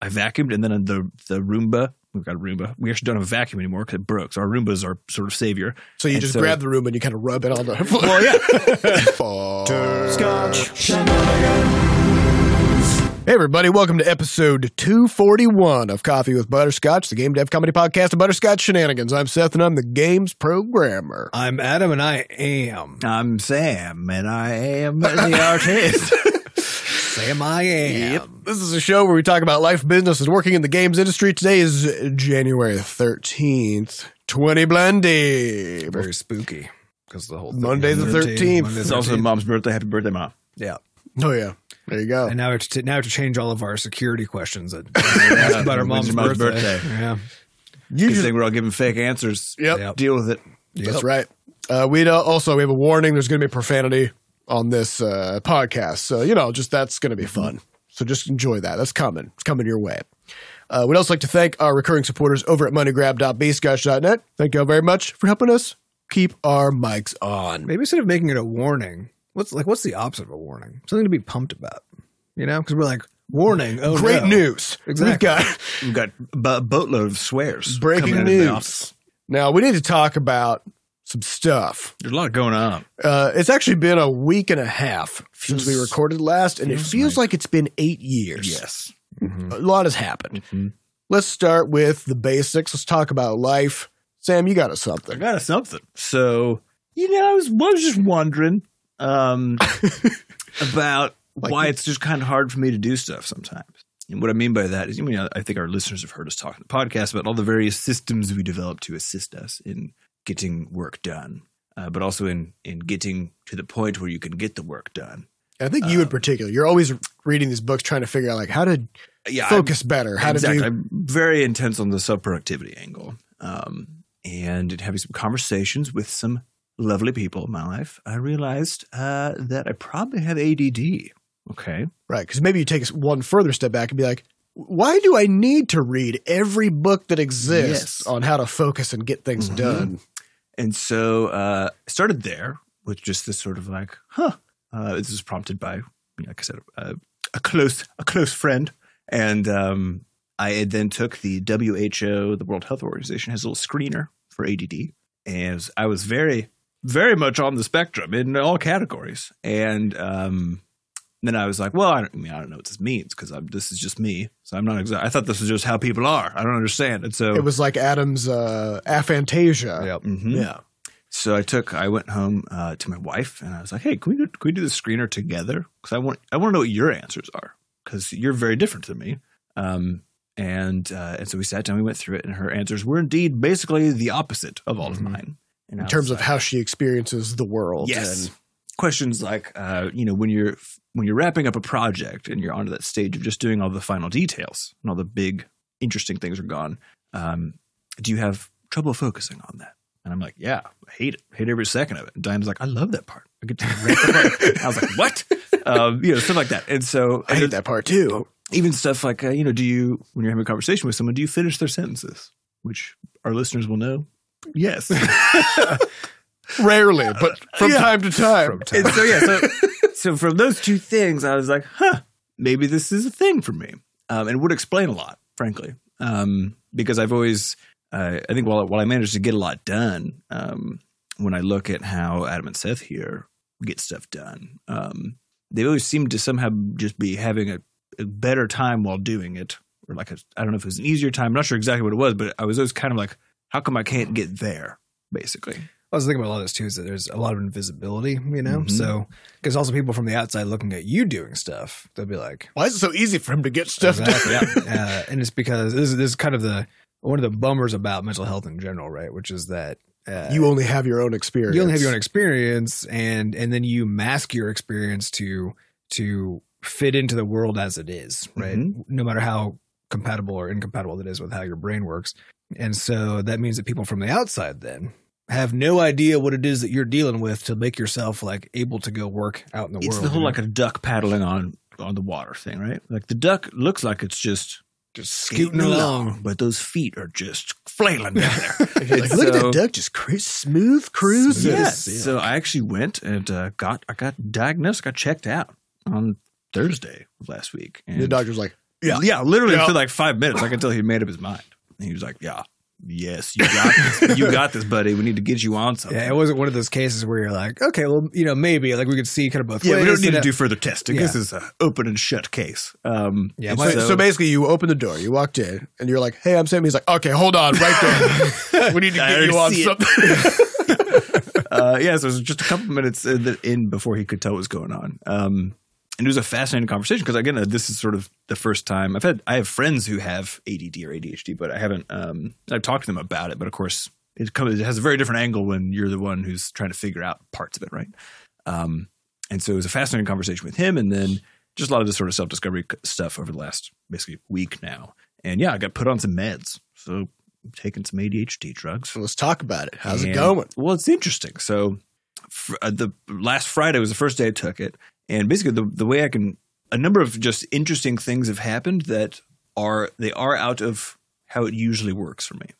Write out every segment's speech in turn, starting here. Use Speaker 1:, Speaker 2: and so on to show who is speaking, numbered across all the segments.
Speaker 1: I vacuumed, and then the the Roomba. We've got a Roomba. We actually don't have a vacuum anymore because it broke. So our Roomba is our sort of savior.
Speaker 2: So you
Speaker 1: And
Speaker 2: just
Speaker 1: so-
Speaker 2: grab the room and you kind of rub it on the floor.
Speaker 1: Well, yeah.
Speaker 2: Hey, everybody, welcome to episode 241 of Coffee with Butterscotch, the game dev comedy podcast of Butterscotch Shenanigans. I'm Seth and I'm the games programmer.
Speaker 3: I'm Adam and I am.
Speaker 1: I'm Sam, and I am the artist.
Speaker 3: Sam I am.
Speaker 2: This is a show where we talk about life, business, and working in the games industry. Today is January 13th, 20 Blendy.
Speaker 3: Very spooky because the whole thing
Speaker 2: Monday
Speaker 3: is
Speaker 2: the 13th.
Speaker 3: Monday the
Speaker 1: it's also
Speaker 3: 13th.
Speaker 1: mom's birthday. Happy birthday, mom.
Speaker 3: yeah.
Speaker 2: Oh, yeah. There you go.
Speaker 3: And now we have to, now we have to change all of our security questions that we ask about our
Speaker 1: When's
Speaker 3: mom's
Speaker 1: your mom's
Speaker 3: birthday.
Speaker 1: birthday?
Speaker 3: Yeah,
Speaker 2: You
Speaker 1: Good
Speaker 2: just-
Speaker 1: thing we're all giving fake answers.
Speaker 2: Yep.
Speaker 3: Yep.
Speaker 1: Deal with it.
Speaker 2: That's right. Uh, we uh, also we have a warning. There's going to be profanity on this uh, podcast, so you know, just that's going to be fun. So just enjoy that. That's coming. It's coming your way. Uh, we'd also like to thank our recurring supporters over at moneygrab.bscotch.net. Thank y'all very much for helping us keep our mics on.
Speaker 3: maybe instead of making it a warning, what's like what's the opposite of a warning? Something to be pumped about, you know? Because we're like warning. Oh,
Speaker 2: Great
Speaker 3: no.
Speaker 2: news. We've
Speaker 3: Exactly.
Speaker 2: got
Speaker 1: We've got a boatload of swears.
Speaker 2: Breaking
Speaker 1: coming out of the
Speaker 2: news.
Speaker 1: office.
Speaker 2: now. We need to talk about some stuff.
Speaker 1: There's a lot going on.
Speaker 2: Uh, it's actually been a week and a half since we
Speaker 1: Feels-
Speaker 2: recorded last, and it
Speaker 1: feels
Speaker 2: feels
Speaker 1: like-
Speaker 2: like it's been eight years.
Speaker 1: Yes.
Speaker 3: Mhm.
Speaker 2: a lot has happened.
Speaker 1: Mhm.
Speaker 2: Let's start with the basics. Let's talk about life. Sam, you got us
Speaker 1: I
Speaker 2: something.
Speaker 1: got us something. So, you know, I was, was just wondering um, about
Speaker 2: Like-
Speaker 1: why it's just kind of hard for me to do stuff sometimes. And what I mean by that is, I mean, I- I think our listeners have heard us talk in the podcast about all the various systems we develop to assist us in getting work done, uh, but also in, in getting to the point where you can get the work done.
Speaker 2: I think you in
Speaker 1: Um,
Speaker 2: particular. You're always reading these books trying to figure out like how to
Speaker 1: Yeah, I'm-
Speaker 2: focus better, how
Speaker 1: exactly.
Speaker 2: to do
Speaker 1: I'm very intense on the sub productivity angle, um, and having some conversations with some lovely people in my life, I realized uh, that I probably have ADD. Okay,
Speaker 2: right because maybe you take us one further step back and be like, why do I need to read every book that exists
Speaker 1: Yes.
Speaker 2: on how to focus and get things
Speaker 1: Mhm.
Speaker 2: done?
Speaker 1: and so uh, I started there with just this sort of like, huh. Uh, this was prompted by, you know, like I said, uh, a close a close friend, and um, I then took the WHO, the World Health Organization, has a little screener for ADD, and I was very very much on the spectrum in all categories. And um, then I was like, well, I, don't, I mean, I don't know what this means because this is just me. So I'm not exactly. I thought this was just how people are. I don't understand. And so
Speaker 2: It was like Adam's uh, aphantasia.
Speaker 3: Yep.
Speaker 1: Mhm.
Speaker 2: Yeah.
Speaker 1: So I took, I went home uh, to my wife and I was like, "Hey, can we do, can we do the screener together? Because I want I want to know what your answers are because you're very different than me." Um, and uh, and so we sat down, we went through it, and her answers were indeed basically the opposite of all
Speaker 3: Mhm.
Speaker 1: of mine. And I
Speaker 2: Mm-hmm. In
Speaker 1: was
Speaker 2: terms of
Speaker 1: like,
Speaker 2: how she experiences the world.
Speaker 1: yes,
Speaker 2: And
Speaker 1: questions like uh, you know when you're when you're wrapping up a project and you're onto that stage of just doing all the final details and all the big interesting things are gone. Um, do you have trouble focusing on that? And I'm like, yeah, I hate it, hate every second of it. And Diane's like, I love that part. I get to wrap it up. I was like, what? Um, you know, stuff like that. And so
Speaker 2: I hate that part too.
Speaker 1: even stuff like uh, you know, do you when you're having a conversation with someone, do you finish their sentences? Which our listeners will know. Yes.
Speaker 2: Rarely, but from
Speaker 1: Yeah.
Speaker 2: time to time.
Speaker 3: From time-
Speaker 1: and so yeah, so, so from those two things, I was like, huh, maybe this is a thing for me, um, and it would explain a lot, frankly, um, because I've always, uh, I think, while while I managed to get a lot done, um, when I look at how Adam and Seth here get stuff done, um, they always seem to somehow just be having a, a better time while doing it, or like a, I don't know if it was an easier time, I'm not sure exactly what it was, but I was always kind of like, how come I can't get there, basically.
Speaker 3: I was thinking about a lot of this too. Is that there's a lot of invisibility, you know?
Speaker 1: Mhm.
Speaker 3: So because also people from the outside looking at you doing stuff, they'll be like,
Speaker 2: Why is it so easy for him to get stuff
Speaker 3: Exactly.
Speaker 2: done?
Speaker 3: uh, and it's because this is, this is kind of the one of the bummers about mental health in general, right? Which is that uh,
Speaker 2: You only have your own experience.
Speaker 3: you only have your own experience, and and then you mask your experience to to fit into the world as it is, right?
Speaker 1: Mm-hmm.
Speaker 3: No matter how compatible or incompatible it is with how your brain works, and so that means that people from the outside then have no idea what it is that you're dealing with to make yourself like able to go work out in the
Speaker 1: it's
Speaker 3: world.
Speaker 1: the whole
Speaker 3: you know?
Speaker 1: like a duck paddling on on the water thing, right? Like the duck looks like it's just just
Speaker 3: scooting along.
Speaker 1: but those feet are just flailing down there.
Speaker 2: You're like,
Speaker 1: And
Speaker 2: Look at
Speaker 1: so-
Speaker 2: that duck just cru- smooth cruises.
Speaker 3: Smooth.
Speaker 1: Yeah.
Speaker 3: Yes, yeah.
Speaker 1: So I actually went and uh, got I got diagnosed, got checked out on Thursday of last week. And
Speaker 2: The doctor's like,
Speaker 1: Yeah, yeah, literally
Speaker 2: Yeah.
Speaker 1: for like five minutes, like until he made up his mind. And he was like, "Yeah, yes, you got this. you got this, buddy. We need to get you on something.
Speaker 3: Yeah, it wasn't one of those cases where you're like, okay, well, you know, maybe like we could see kind of both
Speaker 1: Yeah,
Speaker 3: ways.
Speaker 1: we don't need
Speaker 3: and
Speaker 1: to do
Speaker 3: it-
Speaker 1: further testing.
Speaker 3: Yeah.
Speaker 1: This is an open and shut case. Um,
Speaker 3: Yeah,
Speaker 1: and
Speaker 3: my-
Speaker 2: So, so basically, you open the door, you walked in, and you're like, "Hey, I'm Sam." He's like, "Okay, hold on, right there. we need to
Speaker 1: I
Speaker 2: get you
Speaker 1: already
Speaker 2: on
Speaker 1: see it."
Speaker 2: something."
Speaker 1: uh, yeah, so it was just a couple minutes in, the, in before he could tell what was going on. Um, and it was a fascinating conversation because again, uh, this is sort of the first time I've had I have friends who have ADD or ADHD, but I haven't um, I've talked to them about it. But of course, it comes it has a very different angle when you're the one who's trying to figure out parts of it, right? Um, and so it was a fascinating conversation with him, and then just a lot of this sort of self discovery stuff over the last basically week now. And yeah, I got put on some meds, so I'm taking some ADHD drugs.
Speaker 2: So let's talk about it. How's it
Speaker 1: And-
Speaker 2: going?
Speaker 1: Well, it's interesting. So, fr- uh, the last Friday was the first day I took it, and basically the the way I can a number of just interesting things have happened that are they are out of how it usually works for me.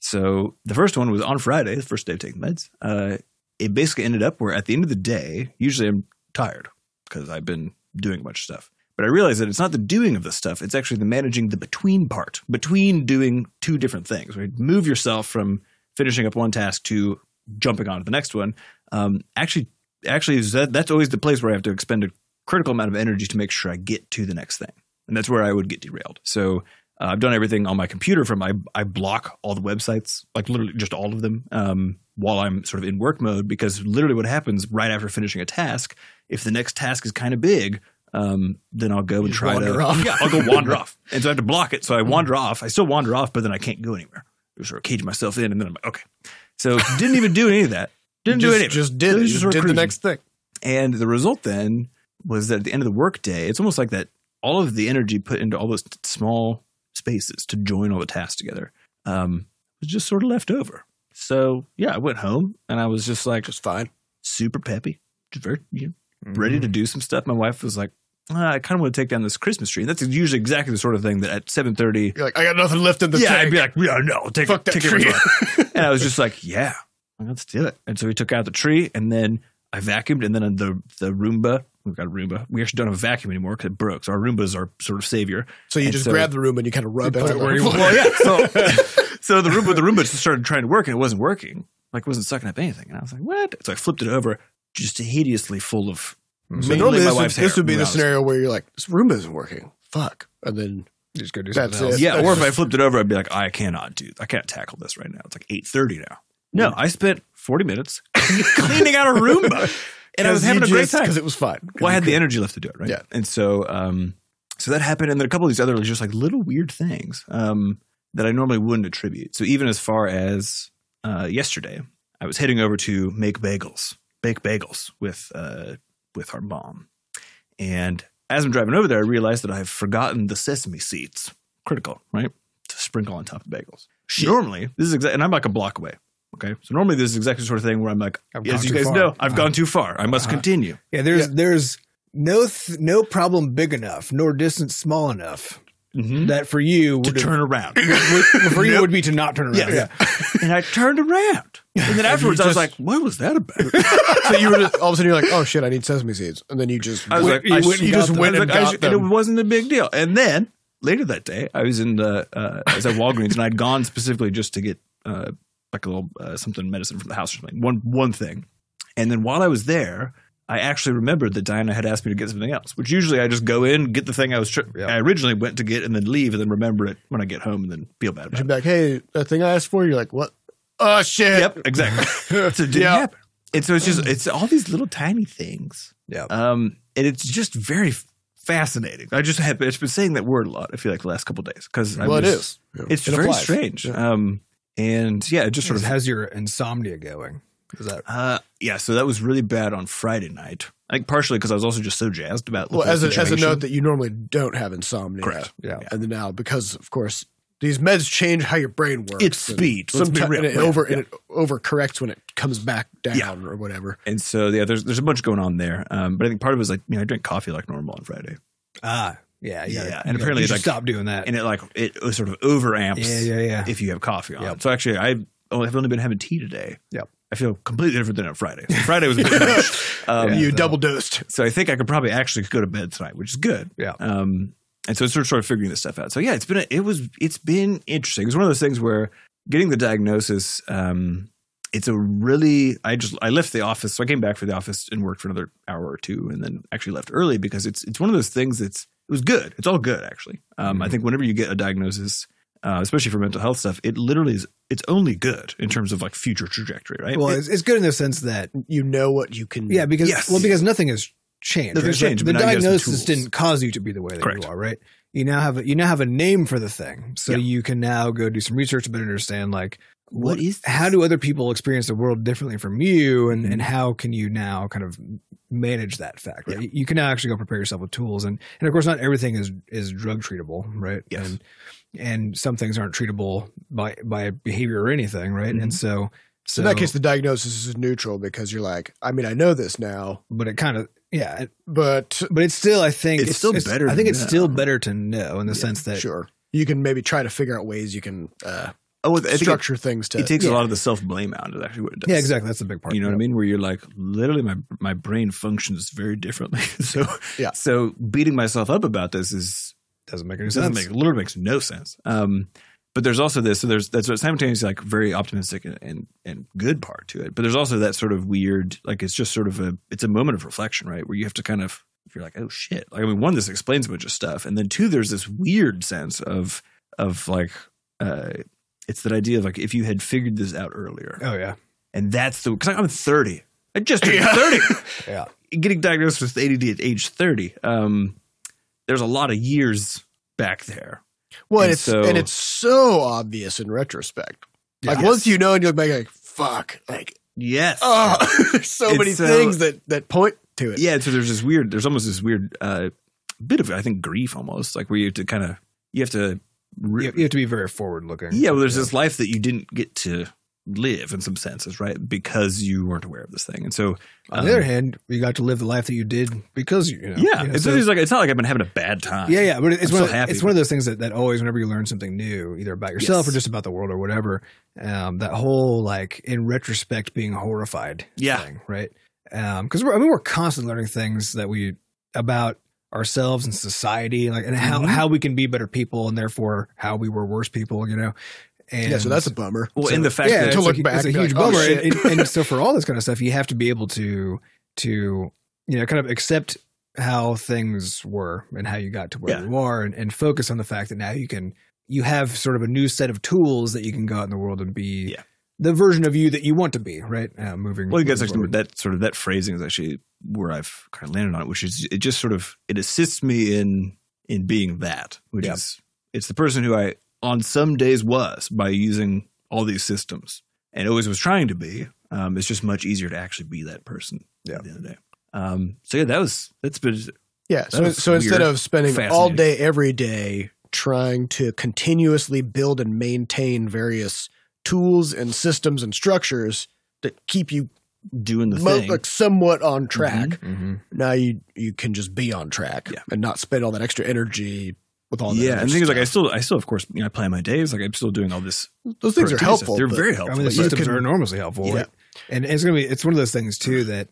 Speaker 1: So the first one was on Friday, the first day of taking meds. Uh, it basically ended up where at the end of the day, usually I'm tired because I've been doing a bunch of stuff. But I realized that it's not the doing of the stuff; it's actually the managing the between part, between doing two different things. Right, move yourself from finishing up one task to jumping on to the next one. Um, actually, actually, is that, that's always the place where I have to expend a critical amount of energy to make sure I get to the next thing, and that's where I would get derailed. So uh, I've done everything on my computer. From I I block all the websites, like literally just all of them, um, while I'm sort of in work mode because literally what happens right after finishing a task, if the next task is kind of big. Um, then I'll go and
Speaker 2: just
Speaker 1: try
Speaker 2: wander
Speaker 1: to
Speaker 2: off. Hmm.
Speaker 1: yeah I'll go wander off and so I have to block it so I wander off I still wander off but then I can't go anywhere I sort of cage myself in and then I'm like okay so didn't even do any of that. Didn't
Speaker 2: You
Speaker 1: do
Speaker 2: just,
Speaker 1: any of it.
Speaker 2: Just did.
Speaker 1: It
Speaker 2: It.
Speaker 1: was
Speaker 2: You
Speaker 1: just
Speaker 2: did the
Speaker 1: recruiting.
Speaker 2: next thing.
Speaker 1: And the result then was that at the end of the workday, it's almost like that all of the energy put into all those t- small spaces to join all the tasks together um, was just sort of left over. So yeah, I went home and I was just like
Speaker 2: Just fine.
Speaker 1: super peppy, just very you know, Mm-hmm. ready to do some stuff. My wife was like, "Ah, I kind of want to take down this Christmas tree. And that's usually exactly the sort of thing that at seven thirty
Speaker 2: You're like, I got nothing left in the
Speaker 1: yeah, I'd
Speaker 2: tank.
Speaker 1: be like, yeah, no, take
Speaker 2: Fuck
Speaker 1: it,
Speaker 2: that
Speaker 1: take it
Speaker 2: tree.
Speaker 1: with you. and I was just like, yeah, let's do it. And so we took out the tree, and then I vacuumed, and then the the Roomba. We've got a Roomba. We actually don't have a vacuum anymore because it broke. So our Roomba is our sort of savior.
Speaker 2: so you
Speaker 1: and
Speaker 2: just
Speaker 1: so-
Speaker 2: grab the room and you kind of rub it,
Speaker 3: put
Speaker 2: on
Speaker 3: it
Speaker 2: the
Speaker 3: where you
Speaker 2: floor.
Speaker 1: Well, yeah. So, so the Roomba, the Roomba just started trying to work, and it wasn't working. Like, it wasn't sucking up anything. And I was like, what? So I flipped it over, just hideously full of.
Speaker 2: So
Speaker 1: mainly
Speaker 2: normally
Speaker 1: my
Speaker 2: this would,
Speaker 1: wife's hair,
Speaker 2: this would be
Speaker 1: to
Speaker 2: the
Speaker 1: honest.
Speaker 2: scenario where you're like, this room isn't working. Fuck. And then
Speaker 3: You just go do
Speaker 2: That's
Speaker 3: something else.
Speaker 2: it.
Speaker 1: Yeah,
Speaker 2: That's
Speaker 1: or if
Speaker 2: just-
Speaker 1: I flipped it over, I'd be like, I cannot do. I can't tackle this right now. It's like eight thirty now. No, I spent forty minutes cleaning out a Roomba, and I was having a great time.
Speaker 2: because it was fun. 'Cause
Speaker 1: Well, I
Speaker 2: you
Speaker 1: had
Speaker 2: could-
Speaker 1: the energy left to do it, right?
Speaker 2: Yeah.
Speaker 1: And so, um, so that happened, and then a couple of these other just like little weird things um, that I normally wouldn't attribute. So even as far as uh, yesterday, I was heading over to make bagels, bake bagels with uh, with our mom, and as I'm driving over there, I realized that I've forgotten the sesame seeds. Critical, right? To sprinkle on top of bagels. Normally, this is exactly, and I'm like a block away. Okay, so normally this is exactly the sort of thing where I'm like,
Speaker 3: I've gone
Speaker 1: as you
Speaker 3: too
Speaker 1: guys
Speaker 3: far.
Speaker 1: know, I've
Speaker 3: Uh-huh.
Speaker 1: gone too far. I must
Speaker 3: Uh-huh.
Speaker 1: continue.
Speaker 3: Yeah, there's
Speaker 2: Yeah.
Speaker 3: there's no th- no problem big enough nor distance small enough
Speaker 1: Mhm.
Speaker 3: that for you
Speaker 1: to
Speaker 3: Mm-hmm. would
Speaker 1: turn around.
Speaker 3: would- for you would be to not turn around.
Speaker 1: Yeah. and I turned around. And then afterwards, I was like,
Speaker 2: just-
Speaker 1: what was that about?
Speaker 2: so you were just, all of a sudden you're like, oh shit, I need sesame seeds, and then you just
Speaker 1: I was
Speaker 3: Went-
Speaker 1: like, I
Speaker 3: you
Speaker 1: sh-
Speaker 3: went and
Speaker 1: you
Speaker 3: got
Speaker 1: just
Speaker 2: them.
Speaker 1: went
Speaker 2: I was
Speaker 1: and
Speaker 2: like, I
Speaker 1: got
Speaker 2: sh-
Speaker 1: them. And it wasn't a big deal. And then later that day, I was in the, uh, I was at Walgreens and I'd gone specifically just to get uh, like a little uh, something medicine from the house or something, one, one thing. And then while I was there, I actually remembered that Diana had asked me to get something else, which usually I just go in, get the thing I was, tri-
Speaker 3: Yeah.
Speaker 1: I originally went to get and then leave and then remember it when I get home and then feel bad about
Speaker 2: She'd
Speaker 1: it.
Speaker 2: be like, hey, that thing I asked for. You're like, what? Oh shit.
Speaker 1: Yep, exactly. so it didn't
Speaker 2: Yeah.
Speaker 1: happen. And so it's just it's all these little tiny things.
Speaker 3: Yeah.
Speaker 1: Um, and it's just very f- fascinating. I just have it's been saying that word a lot. I feel like the last couple of days because
Speaker 2: Well, it is.
Speaker 1: It's
Speaker 2: It
Speaker 1: very
Speaker 2: applies.
Speaker 1: strange. Um, and yeah, it just sort of
Speaker 3: How's your insomnia going? Is that
Speaker 1: uh, yeah. So that was really bad on Friday night. I think partially because I was also just so jazzed about the
Speaker 2: Well,
Speaker 1: whole
Speaker 2: as a, as a
Speaker 1: situation.
Speaker 2: note that you normally don't have insomnia.
Speaker 1: Correct.
Speaker 3: yeah?
Speaker 2: And then now, because of course these meds change how your brain works.
Speaker 1: It's
Speaker 2: and
Speaker 1: speed. Let's be
Speaker 2: Sometimes
Speaker 1: real.
Speaker 2: and it
Speaker 1: Yeah.
Speaker 2: over and it overcorrects when it comes back down
Speaker 1: Yeah.
Speaker 2: or whatever.
Speaker 1: and so yeah, there's there's a bunch going on there. Um, but I think part of it was like you know I drink coffee like normal on Friday,
Speaker 3: Ah, yeah, yeah.
Speaker 1: Yeah, and apparently
Speaker 3: you
Speaker 1: it's
Speaker 3: should
Speaker 1: like-
Speaker 3: stop doing that.
Speaker 1: and it like it was sort of overamps.
Speaker 3: yeah, yeah, yeah.
Speaker 1: if you have coffee on.
Speaker 3: Yep.
Speaker 1: So actually, I only, I've only been having tea today.
Speaker 3: Yep.
Speaker 1: I feel completely different than on Friday. Friday was a bit much. Um,
Speaker 2: you
Speaker 3: so-
Speaker 2: double dosed.
Speaker 1: So I think I could probably actually go to bed tonight, which is good.
Speaker 3: Yeah.
Speaker 1: Um, And so it's sort of, sort of figuring this stuff out. So yeah, it's been a, it was it's been interesting. It's one of those things where getting the diagnosis, um, it's a really I just I left the office, so I came back for the office and worked for another hour or two, and then actually left early because it's it's one of those things that's it was good. It's all good actually. Um, I think whenever you get a diagnosis, uh, especially for mental health stuff, it literally is it's only good in terms of like future trajectory, right?
Speaker 3: Well, it's, it's good in the sense that
Speaker 2: You know what you can.
Speaker 3: yeah, because
Speaker 1: Mm. Yes.
Speaker 3: well, because nothing has changed.
Speaker 1: Nothing's
Speaker 3: right? So
Speaker 1: changed,
Speaker 3: The
Speaker 1: but now you have some
Speaker 3: diagnosis
Speaker 1: tools.
Speaker 3: didn't cause you to be the way that
Speaker 1: Correct.
Speaker 3: you are, right? You now have a, you now have a name for the thing, so
Speaker 1: Yeah.
Speaker 3: you can now go do some research to better understand like
Speaker 1: What is
Speaker 3: how
Speaker 1: this?
Speaker 3: do other people experience the world differently from you, and
Speaker 1: Mm.
Speaker 3: and how can you now kind of manage that fact? Right? You can now actually go prepare yourself with tools, and and of course, not everything is is drug treatable, right?
Speaker 1: Yes.
Speaker 3: And and some things aren't treatable by by behavior or anything, right?
Speaker 1: Mm-hmm.
Speaker 3: And so.
Speaker 2: So
Speaker 3: So
Speaker 2: in that case, the diagnosis is neutral because you're like, I mean, I know this now,
Speaker 3: but it kind of yeah,
Speaker 2: but
Speaker 3: but it's still I think
Speaker 1: It's still better
Speaker 3: I think
Speaker 1: to
Speaker 3: it's still
Speaker 1: know.
Speaker 3: better to know in the sense that
Speaker 2: sure, you can maybe try to figure out ways you can uh,
Speaker 1: Oh, I think it-
Speaker 2: structure things to.
Speaker 1: It takes a
Speaker 3: Yeah.
Speaker 1: lot of the self blame out. Is actually what it does.
Speaker 3: yeah, exactly. That's the big part.
Speaker 1: You know what I mean? Where you're like, literally, my my brain functions very differently. so
Speaker 2: Yeah.
Speaker 1: So beating myself up about this is
Speaker 3: Doesn't make any
Speaker 1: it
Speaker 3: sense.
Speaker 1: doesn't make literally makes no sense. Um, but there's also this. So there's that's what simultaneously like very optimistic and, and and good part to it. But there's also that sort of weird like it's just sort of a it's a moment of reflection, right? Where you have to kind of you're like, oh shit. Like I mean, one, this explains a bunch of stuff, and then two, there's this weird sense of of like. Uh, it's that idea of like if you had figured this out earlier,
Speaker 3: oh yeah,
Speaker 1: and that's the because I'm 30. I just turned
Speaker 2: Yeah.
Speaker 1: 30.
Speaker 3: yeah.
Speaker 1: Getting diagnosed with ADD at age 30. Um, there's a lot of years back there.
Speaker 2: well, and
Speaker 1: and
Speaker 2: it's
Speaker 1: so-
Speaker 2: and it's so obvious in retrospect. Like
Speaker 1: Yes.
Speaker 2: once you know, and you look back, you're like, fuck, like
Speaker 1: Yes.
Speaker 2: oh, there's so
Speaker 1: It's
Speaker 2: many
Speaker 1: so-
Speaker 2: things that that point to it.
Speaker 1: Yeah. So there's this weird. There's almost this weird uh, bit of I think grief almost like where you have to kind of you have to.
Speaker 3: You,
Speaker 1: Re-
Speaker 3: you have to be very forward looking.
Speaker 1: yeah. Well, there's this life that you didn't get to live in some senses, right? Because you weren't aware of this thing, and so
Speaker 3: On the
Speaker 1: um,
Speaker 3: other hand, you got to live the life that you did because you. you know,
Speaker 1: yeah,
Speaker 3: you know,
Speaker 1: it's,
Speaker 3: so-
Speaker 1: it's like it's not like I've been having a bad time.
Speaker 3: yeah, yeah, but it's
Speaker 1: I'm
Speaker 3: one.
Speaker 1: so
Speaker 3: Of,
Speaker 1: happy
Speaker 3: it's one of
Speaker 1: with
Speaker 3: those things that, that always, whenever you learn something new, either about yourself
Speaker 1: Yes.
Speaker 3: or just about the world or whatever, um, that whole like in retrospect being horrified
Speaker 2: Ah.
Speaker 1: Yeah.
Speaker 3: thing, right? Because we're I mean we're constantly learning things that we about ourselves and society, like and how
Speaker 2: Mm-hmm.
Speaker 1: Mhm.
Speaker 3: how we can be better people and therefore how we were worse people, you know. And
Speaker 2: yeah. So that's a bummer.
Speaker 1: Well,
Speaker 2: So-
Speaker 1: and the fact
Speaker 3: yeah,
Speaker 1: that
Speaker 3: it's
Speaker 2: to look
Speaker 3: a,
Speaker 2: back
Speaker 3: it's a
Speaker 2: and be
Speaker 3: huge
Speaker 2: like, oh,
Speaker 3: bummer.
Speaker 2: shit.
Speaker 3: and, and- and so for all this kind of stuff, you have to be able to to you know kind of accept how things were and how you got to where
Speaker 1: Yeah.
Speaker 3: you are, and, and focus on the fact that now you can you have sort of a new set of tools that you can go out in the world and be
Speaker 1: Yeah.
Speaker 3: the version of you that you want to be. Right, uh, moving.
Speaker 1: Well, you guys
Speaker 3: moving
Speaker 1: actually
Speaker 3: forward.
Speaker 1: that sort of that phrasing is actually where I've kind of landed on it, which is it just sort of it assists me in in being that, which
Speaker 3: Yeah.
Speaker 1: is it's the person who I on some days was by using all these systems and always was trying to be. Um, it's just much easier to actually be that person
Speaker 3: Yeah.
Speaker 1: at the end of the day. Um, so yeah, that was that's been
Speaker 2: Yeah. So,
Speaker 1: was
Speaker 2: so instead
Speaker 1: weird.
Speaker 2: of spending all
Speaker 1: Fascinating.
Speaker 2: day, every day trying to continuously build and maintain various tools and systems and structures that keep you
Speaker 1: doing the
Speaker 2: mo-
Speaker 1: thing. Mm-hmm.
Speaker 2: like somewhat on track,
Speaker 3: Mhm.
Speaker 2: now you you can just be on track
Speaker 1: Yeah.
Speaker 2: and not spend all that extra energy with all that.
Speaker 1: yeah,
Speaker 2: other
Speaker 1: and things like I
Speaker 2: stuff.
Speaker 1: still, I still, of course, you know, I plan my days. Like I'm still doing all this.
Speaker 2: those things are
Speaker 1: productivity
Speaker 2: helpful.
Speaker 1: Stuff. They're
Speaker 2: but-
Speaker 1: very helpful.
Speaker 3: I mean, the
Speaker 1: but-
Speaker 2: you
Speaker 3: systems
Speaker 2: can-
Speaker 3: are enormously helpful,
Speaker 2: Yeah.
Speaker 3: right? and it's gonna be it's one of those things too that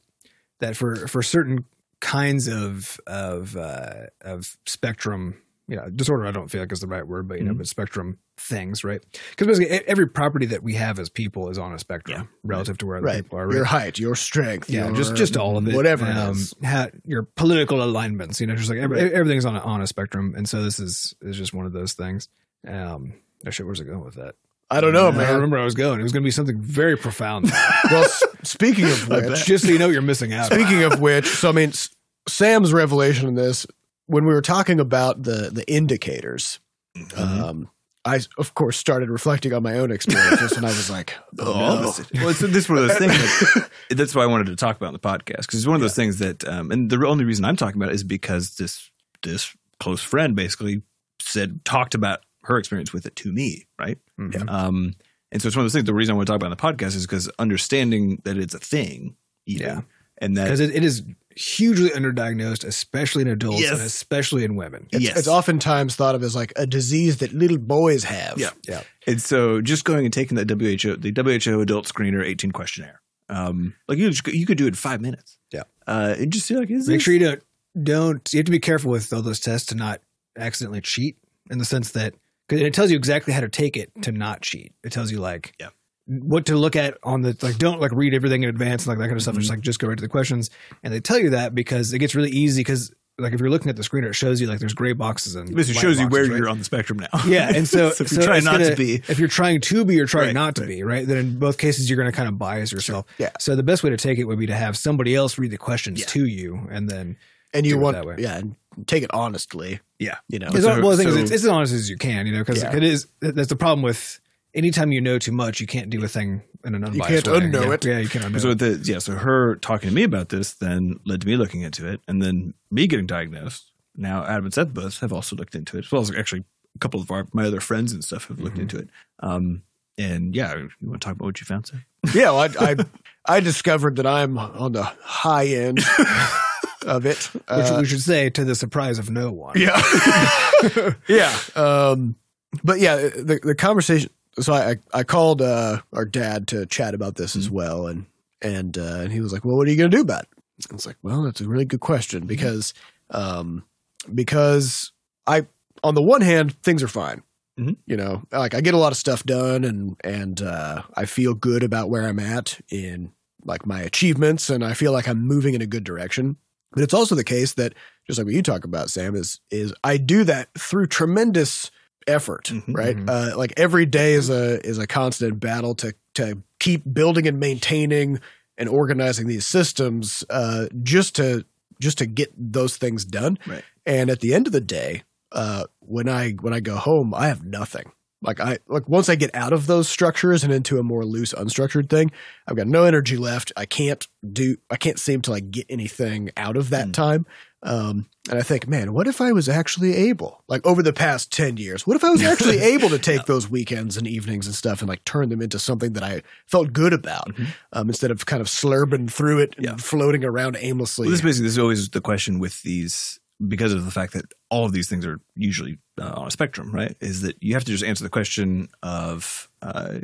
Speaker 3: that for for certain kinds of of uh, of spectrum, you know, disorder I don't feel like is the right word, but you
Speaker 2: Mm-hmm.
Speaker 3: know,
Speaker 1: Mhm.
Speaker 3: but spectrum things, right? Because basically e- every property that we have as people is on a spectrum
Speaker 1: Yeah.
Speaker 3: relative to where other
Speaker 2: Right.
Speaker 3: people are.
Speaker 2: Your
Speaker 3: Right?
Speaker 2: height, your strength,
Speaker 3: Yeah,
Speaker 2: your
Speaker 3: just just all of it,
Speaker 2: whatever. it
Speaker 3: Um,
Speaker 2: is.
Speaker 3: ha- your political alignments, you know, just like every,
Speaker 2: Right.
Speaker 3: everything's on a, on a spectrum, and so this is is just one of those things. Um, oh shit, where's it going with that?
Speaker 2: I don't
Speaker 1: Oh,
Speaker 2: know,
Speaker 3: I
Speaker 2: man.
Speaker 3: remember I was going. It was going to be something very profound.
Speaker 2: well, s- speaking of
Speaker 1: I
Speaker 2: which,
Speaker 3: just so you know, you're missing out.
Speaker 2: Speaking of which, so I mean, S- Sam's revelation in this when we were talking about the the indicators.
Speaker 1: Mm-hmm.
Speaker 2: Um, I of course started reflecting on my own experiences, and I was like,
Speaker 1: Oh,
Speaker 2: "Oh, no."
Speaker 1: opposite. Well, it's this is one of those things. that- that's why I wanted to talk about in the podcast because it's one of those things that, um, and the only reason I'm talking about it is because this this close friend basically said talked about her experience with it to me, right?
Speaker 3: Mhm.
Speaker 1: Um, and so it's one of those things. The reason I want to talk about it on the podcast is because understanding that it's a thing, even,
Speaker 3: Yeah.
Speaker 1: and that
Speaker 3: because it, it is hugely underdiagnosed, especially in adults
Speaker 1: Yes.
Speaker 3: and especially in women.
Speaker 1: yes,
Speaker 2: It's oftentimes thought of as like a disease that little boys have.
Speaker 1: Yeah.
Speaker 3: Yeah,
Speaker 1: And so just going and taking that WHO, the WHO adult screener 18 questionnaire, um, like you, just, you could do it in five minutes.
Speaker 3: Yeah.
Speaker 1: Uh, and just see like, is
Speaker 3: make
Speaker 1: this-
Speaker 3: sure you don't don't. You have to be careful with all those tests to not accidentally cheat in the sense that because it tells you exactly how to take it to not cheat. It tells you like
Speaker 1: Yeah.
Speaker 3: what to look at on the like don't like read everything in advance and like that kind of stuff. It's
Speaker 1: Mhm.
Speaker 3: like just go right to the questions, and they tell you that because it gets really easy because like if you're looking at the screen, it shows you like there's gray boxes and
Speaker 1: This
Speaker 3: white
Speaker 1: shows you
Speaker 3: boxes,
Speaker 1: where
Speaker 3: right?
Speaker 1: you're on the spectrum now.
Speaker 3: Yeah, and so,
Speaker 1: if
Speaker 3: so
Speaker 1: you try
Speaker 3: it's
Speaker 1: not
Speaker 3: gonna-
Speaker 1: to be,
Speaker 3: if you're trying to be or trying
Speaker 1: Right,
Speaker 3: not to be, right? Then in both cases you're going to kind of bias yourself.
Speaker 2: Yeah.
Speaker 3: So the best way to take it would be to have somebody else read the questions
Speaker 1: Yeah.
Speaker 3: to you, and then
Speaker 2: and
Speaker 3: Do
Speaker 2: you
Speaker 3: it
Speaker 2: want
Speaker 3: that way.
Speaker 2: yeah, and take it honestly.
Speaker 1: Yeah.
Speaker 2: you know,
Speaker 3: It's,
Speaker 1: so-
Speaker 3: well, the thing is,
Speaker 1: so-
Speaker 3: it's, it's as honest as you can, you know, because
Speaker 2: Yeah.
Speaker 3: it is. That's the problem with anytime you know too much, you can't do a thing in an
Speaker 2: can't
Speaker 3: unbiased way.
Speaker 2: unknow
Speaker 3: yeah.
Speaker 2: it.
Speaker 3: Yeah, you can't unknow
Speaker 1: so
Speaker 3: it.
Speaker 1: the yeah, so her talking to me about this then led to me looking into it, and then me getting diagnosed. Now Adam and Seth both have also looked into it, as well as actually a couple of our, my other friends and stuff have looked
Speaker 3: Mhm.
Speaker 1: into it. Um, and yeah, you want to talk about what you found, Seth?
Speaker 2: yeah. Well, I, I I discovered that I'm on the high end of it.
Speaker 3: Which
Speaker 2: Uh,
Speaker 3: we should say to the surprise of no one.
Speaker 2: yeah, yeah. Um, but yeah, the the conversation. So I I called uh, our dad to chat about this as well, and and uh, and he was like, "Well, what are you going to do about it?" I was like, "Well, that's a really good question because um, because I on the one hand things are fine."
Speaker 1: Mhm.
Speaker 2: You know, like I get a lot of stuff done, and and uh, I feel good about where I'm at in like my achievements, and I feel like I'm moving in a good direction. But it's also the case that just like what you talk about, Sam, is is I do that through tremendous effort,
Speaker 1: Mhm.
Speaker 2: right?
Speaker 3: Mhm.
Speaker 2: Uh, like every day is a is a constant battle to to keep building and maintaining and organizing these systems uh, just to just to get those things done.
Speaker 1: Right.
Speaker 2: And at the end of the day, uh, when I when I go home, I have nothing. Like I like once I get out of those structures and into a more loose, unstructured thing, I've got no energy left. I can't do. I can't seem to like get anything out of
Speaker 3: Hmm.
Speaker 2: that
Speaker 1: Mm.
Speaker 2: time. Um, and I think, man, what if I was actually able, like over the past ten years, what if I was actually able to take those weekends and evenings and stuff and like turn them into something that I felt good about,
Speaker 3: Mm-hmm.
Speaker 1: Mhm.
Speaker 2: um, instead of kind of slurbing through it and
Speaker 1: Yeah.
Speaker 2: floating around aimlessly.
Speaker 1: Well, this basically this is always the question with these because of the fact that all of these things are usually uh, on a spectrum, right? Is that you have to just answer the question of uh,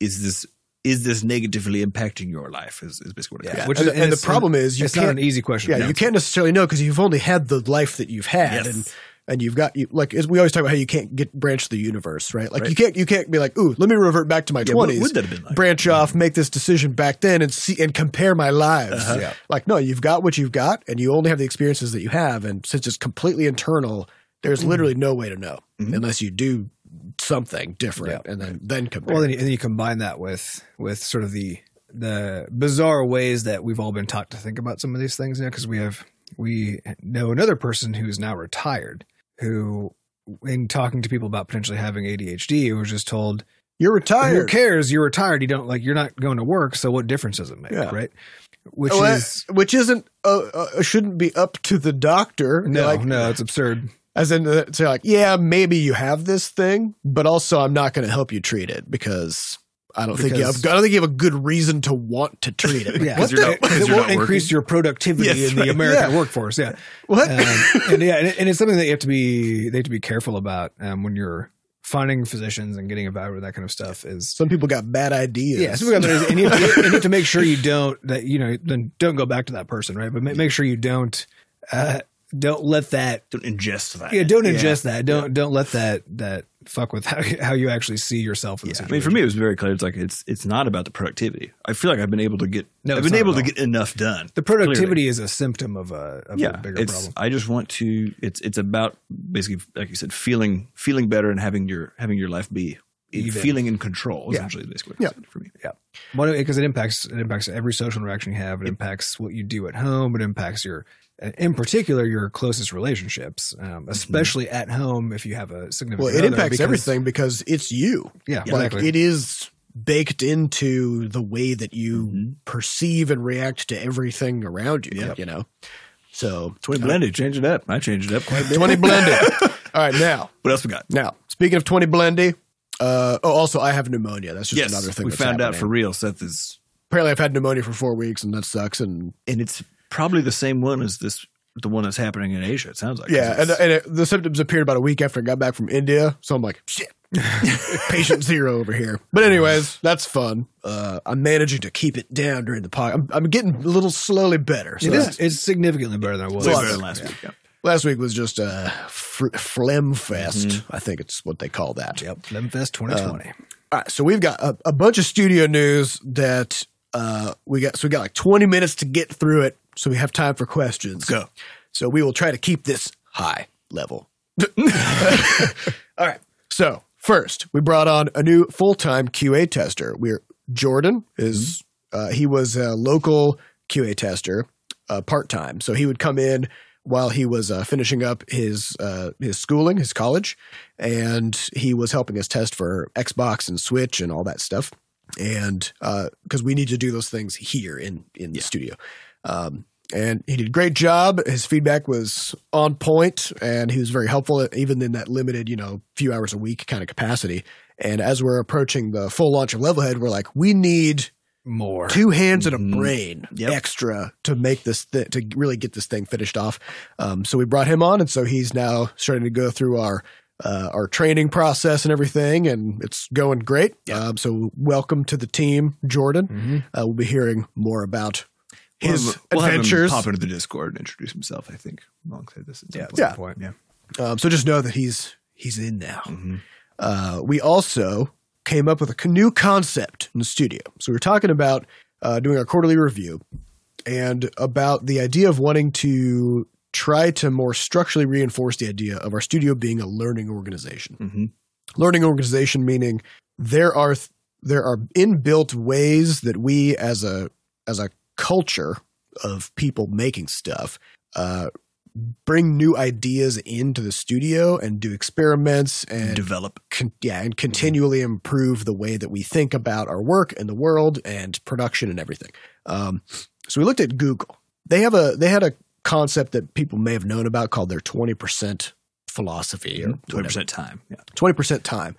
Speaker 1: is this is this negatively impacting your life? Is, is basically what it
Speaker 3: Yeah.
Speaker 1: comes down
Speaker 2: yeah.
Speaker 1: to.
Speaker 3: Which
Speaker 2: and,
Speaker 3: is-
Speaker 2: and
Speaker 3: and
Speaker 2: the
Speaker 3: it's-
Speaker 2: problem is you
Speaker 3: it's not
Speaker 2: can't
Speaker 3: an easy question.
Speaker 2: Yeah,
Speaker 3: No.
Speaker 2: you can't necessarily know because you've only had the life that you've had,
Speaker 1: Yes.
Speaker 2: and and you've got you like as we always talk about how you can't get branch the universe, right? Like you
Speaker 1: Right.
Speaker 2: can't you can't be like, ooh, let me revert back to my
Speaker 1: Yeah, what
Speaker 2: twenties,
Speaker 1: would that have been like?
Speaker 2: branch off, make this decision back then, and see and compare my lives.
Speaker 1: Uh-huh.
Speaker 3: Yeah.
Speaker 2: Like no, you've got what you've got, and you only have the experiences that you have, and since it's completely internal, there's literally no way to know
Speaker 1: Mhm.
Speaker 2: unless you do something different,
Speaker 3: Yeah.
Speaker 2: and then then compare.
Speaker 3: Well, then you, and then you combine that with with sort of the the bizarre ways that we've all been taught to think about some of these things now, because we have we know another person who's now retired who, in talking to people about potentially having ADHD, was just told,
Speaker 2: You're
Speaker 3: "Who
Speaker 2: retired.
Speaker 3: cares? You're retired. You don't like you're not going to work. So what difference does it make,
Speaker 2: Yeah.
Speaker 3: right?" Which
Speaker 2: Well,
Speaker 3: is
Speaker 2: Which isn't uh, uh, shouldn't be up to the doctor.
Speaker 3: no,
Speaker 2: Like,
Speaker 3: no, it's absurd.
Speaker 2: As in, uh, so like, yeah, maybe you have this thing, but also I'm not going to help you treat it because I don't think you
Speaker 3: Because-
Speaker 2: have. I don't think you have a good reason to want to treat it.
Speaker 3: Yeah,
Speaker 2: What
Speaker 1: you're
Speaker 2: the-
Speaker 1: not- 'cause
Speaker 3: it
Speaker 1: you're
Speaker 3: won't
Speaker 1: not
Speaker 3: increase
Speaker 1: working.
Speaker 3: your productivity
Speaker 1: Yes,
Speaker 3: in the
Speaker 1: right.
Speaker 3: American
Speaker 2: Yeah.
Speaker 3: workforce. Yeah,
Speaker 2: what?
Speaker 3: um, and yeah, and, it- and it's something that you have to be they have to be careful about um, when you're finding physicians and getting evaluated that kind of stuff is
Speaker 2: Some people got bad ideas.
Speaker 3: yeah. so we got those- and, you have to, and you have to make sure you don't that you know then don't go back to that person, right? But ma- make sure you don't uh, don't let that
Speaker 1: Don't ingest that.
Speaker 3: yeah don't
Speaker 1: Yeah.
Speaker 3: ingest that don't don't let that that fuck with how you- how you actually see yourself in
Speaker 1: Yeah.
Speaker 3: the
Speaker 1: I
Speaker 3: situation.
Speaker 1: mean, for me, it was very clear. It's like it's it's not about the productivity. I feel like I've been able to get
Speaker 3: No,
Speaker 1: I've
Speaker 3: it's
Speaker 1: been
Speaker 3: not
Speaker 1: able
Speaker 3: at
Speaker 1: to
Speaker 3: all.
Speaker 1: get enough done.
Speaker 3: the productivity is a symptom of a, of
Speaker 1: yeah,
Speaker 3: a bigger
Speaker 1: it's,
Speaker 3: problem.
Speaker 1: I just want to. It's it's about basically, like you said, feeling feeling better and having your having your life be
Speaker 3: Even.
Speaker 1: feeling in control.
Speaker 3: Yeah.
Speaker 1: Essentially, basically, what it
Speaker 2: Yeah.
Speaker 1: said for me.
Speaker 3: One because it impacts it impacts every social interaction you have. It impacts what you do at home. It impacts your, in particular, your closest relationships, um, especially at home if you have a significant.
Speaker 2: well, it
Speaker 3: other,
Speaker 2: impacts
Speaker 3: because-
Speaker 2: everything because it's you.
Speaker 3: Yeah,
Speaker 2: Like
Speaker 3: exactly.
Speaker 2: it is baked into the way that you
Speaker 1: Mhm.
Speaker 2: perceive and react to everything around you.
Speaker 1: Yeah.
Speaker 2: You know. So
Speaker 1: Twenty blended, change it up. I changed it up quite a bit.
Speaker 2: twenty blended. All right, now
Speaker 1: What else we got?
Speaker 2: Now, speaking of 20 Blendy, uh, oh, also I have pneumonia. That's just another thing
Speaker 1: we
Speaker 2: that's
Speaker 1: found out for
Speaker 2: happening.
Speaker 1: real. Seth is,
Speaker 2: Apparently, I've had pneumonia for four weeks, and that sucks. And
Speaker 1: and it's probably the same one as this, the one that's happening in Asia. It sounds like 'cause
Speaker 2: yeah, and, uh,
Speaker 1: it's-
Speaker 2: and it, the symptoms appeared about a week after I got back from India. So I'm like, shit, patient zero over here. But anyways, that's fun. Uh, I'm managing to keep it down during the pod. I'm, I'm getting a little slowly better. So
Speaker 3: it
Speaker 2: that's-
Speaker 3: is. It's significantly better than it was.
Speaker 1: way
Speaker 2: it's-
Speaker 1: better than last week. Yeah.
Speaker 2: Last week was just a fr- phlegm fest.
Speaker 1: Mm-hmm.
Speaker 2: I think it's what they call that.
Speaker 3: Yep. Lemfest 2020.
Speaker 2: All right, so we've got a, a bunch of studio news that uh, we got. So we got like 20 minutes to get through it, so we have time for questions.
Speaker 1: Go.
Speaker 2: So we will try to keep this high level. All right. So first, we brought on a new full-time QA tester. We're Jordan is uh, he was a local QA tester uh, part-time, so he would come in while he was uh, finishing up his uh, his schooling, his college, and he was helping us test for Xbox and Switch and all that stuff. And because we need to do those things here in in the studio, um, and he did a great job. His feedback was on point, and he was very helpful, even in that limited, you know, few hours a week kind of capacity. And as we're approaching the full launch of Levelhead, we're like, we need
Speaker 3: More.
Speaker 2: two hands and
Speaker 1: Mhm.
Speaker 2: a brain
Speaker 1: Yep.
Speaker 2: extra to make this th- to really get this thing finished off. Um, so we brought him on, and so he's now starting to go through our uh, our training process and everything, and it's going great. Um, so welcome to the team, Jordan.
Speaker 3: Mhm.
Speaker 2: Uh, we'll be hearing more about
Speaker 1: We'll
Speaker 2: his
Speaker 1: have- we'll have him
Speaker 2: adventures.
Speaker 1: pop into the Discord and introduce himself. I think alongside this. at some
Speaker 3: Yeah.
Speaker 1: point.
Speaker 2: Yeah.
Speaker 3: yeah. Point. Mm-hmm.
Speaker 2: Um, so just know that he's he's in now.
Speaker 1: Mhm.
Speaker 2: Uh, we also came up with a new concept in the studio. So we were talking about uh, doing our quarterly review and about the idea of wanting to try to more structurally reinforce the idea of our studio being a learning organization.
Speaker 1: Mhm.
Speaker 2: Learning organization meaning there are th- there are inbuilt ways that we as a as a culture of people making stuff uh, bring new ideas into the studio and do experiments and
Speaker 1: Develop.
Speaker 2: con- yeah,
Speaker 1: Mm-hmm.
Speaker 2: and continually improve the way that we think about our work and the world and production and everything. Um, so we looked at Google. They have a they had a concept that people may have known about called their twenty percent philosophy or
Speaker 1: Mm-hmm. Twenty percent time. Yeah.
Speaker 2: twenty percent time.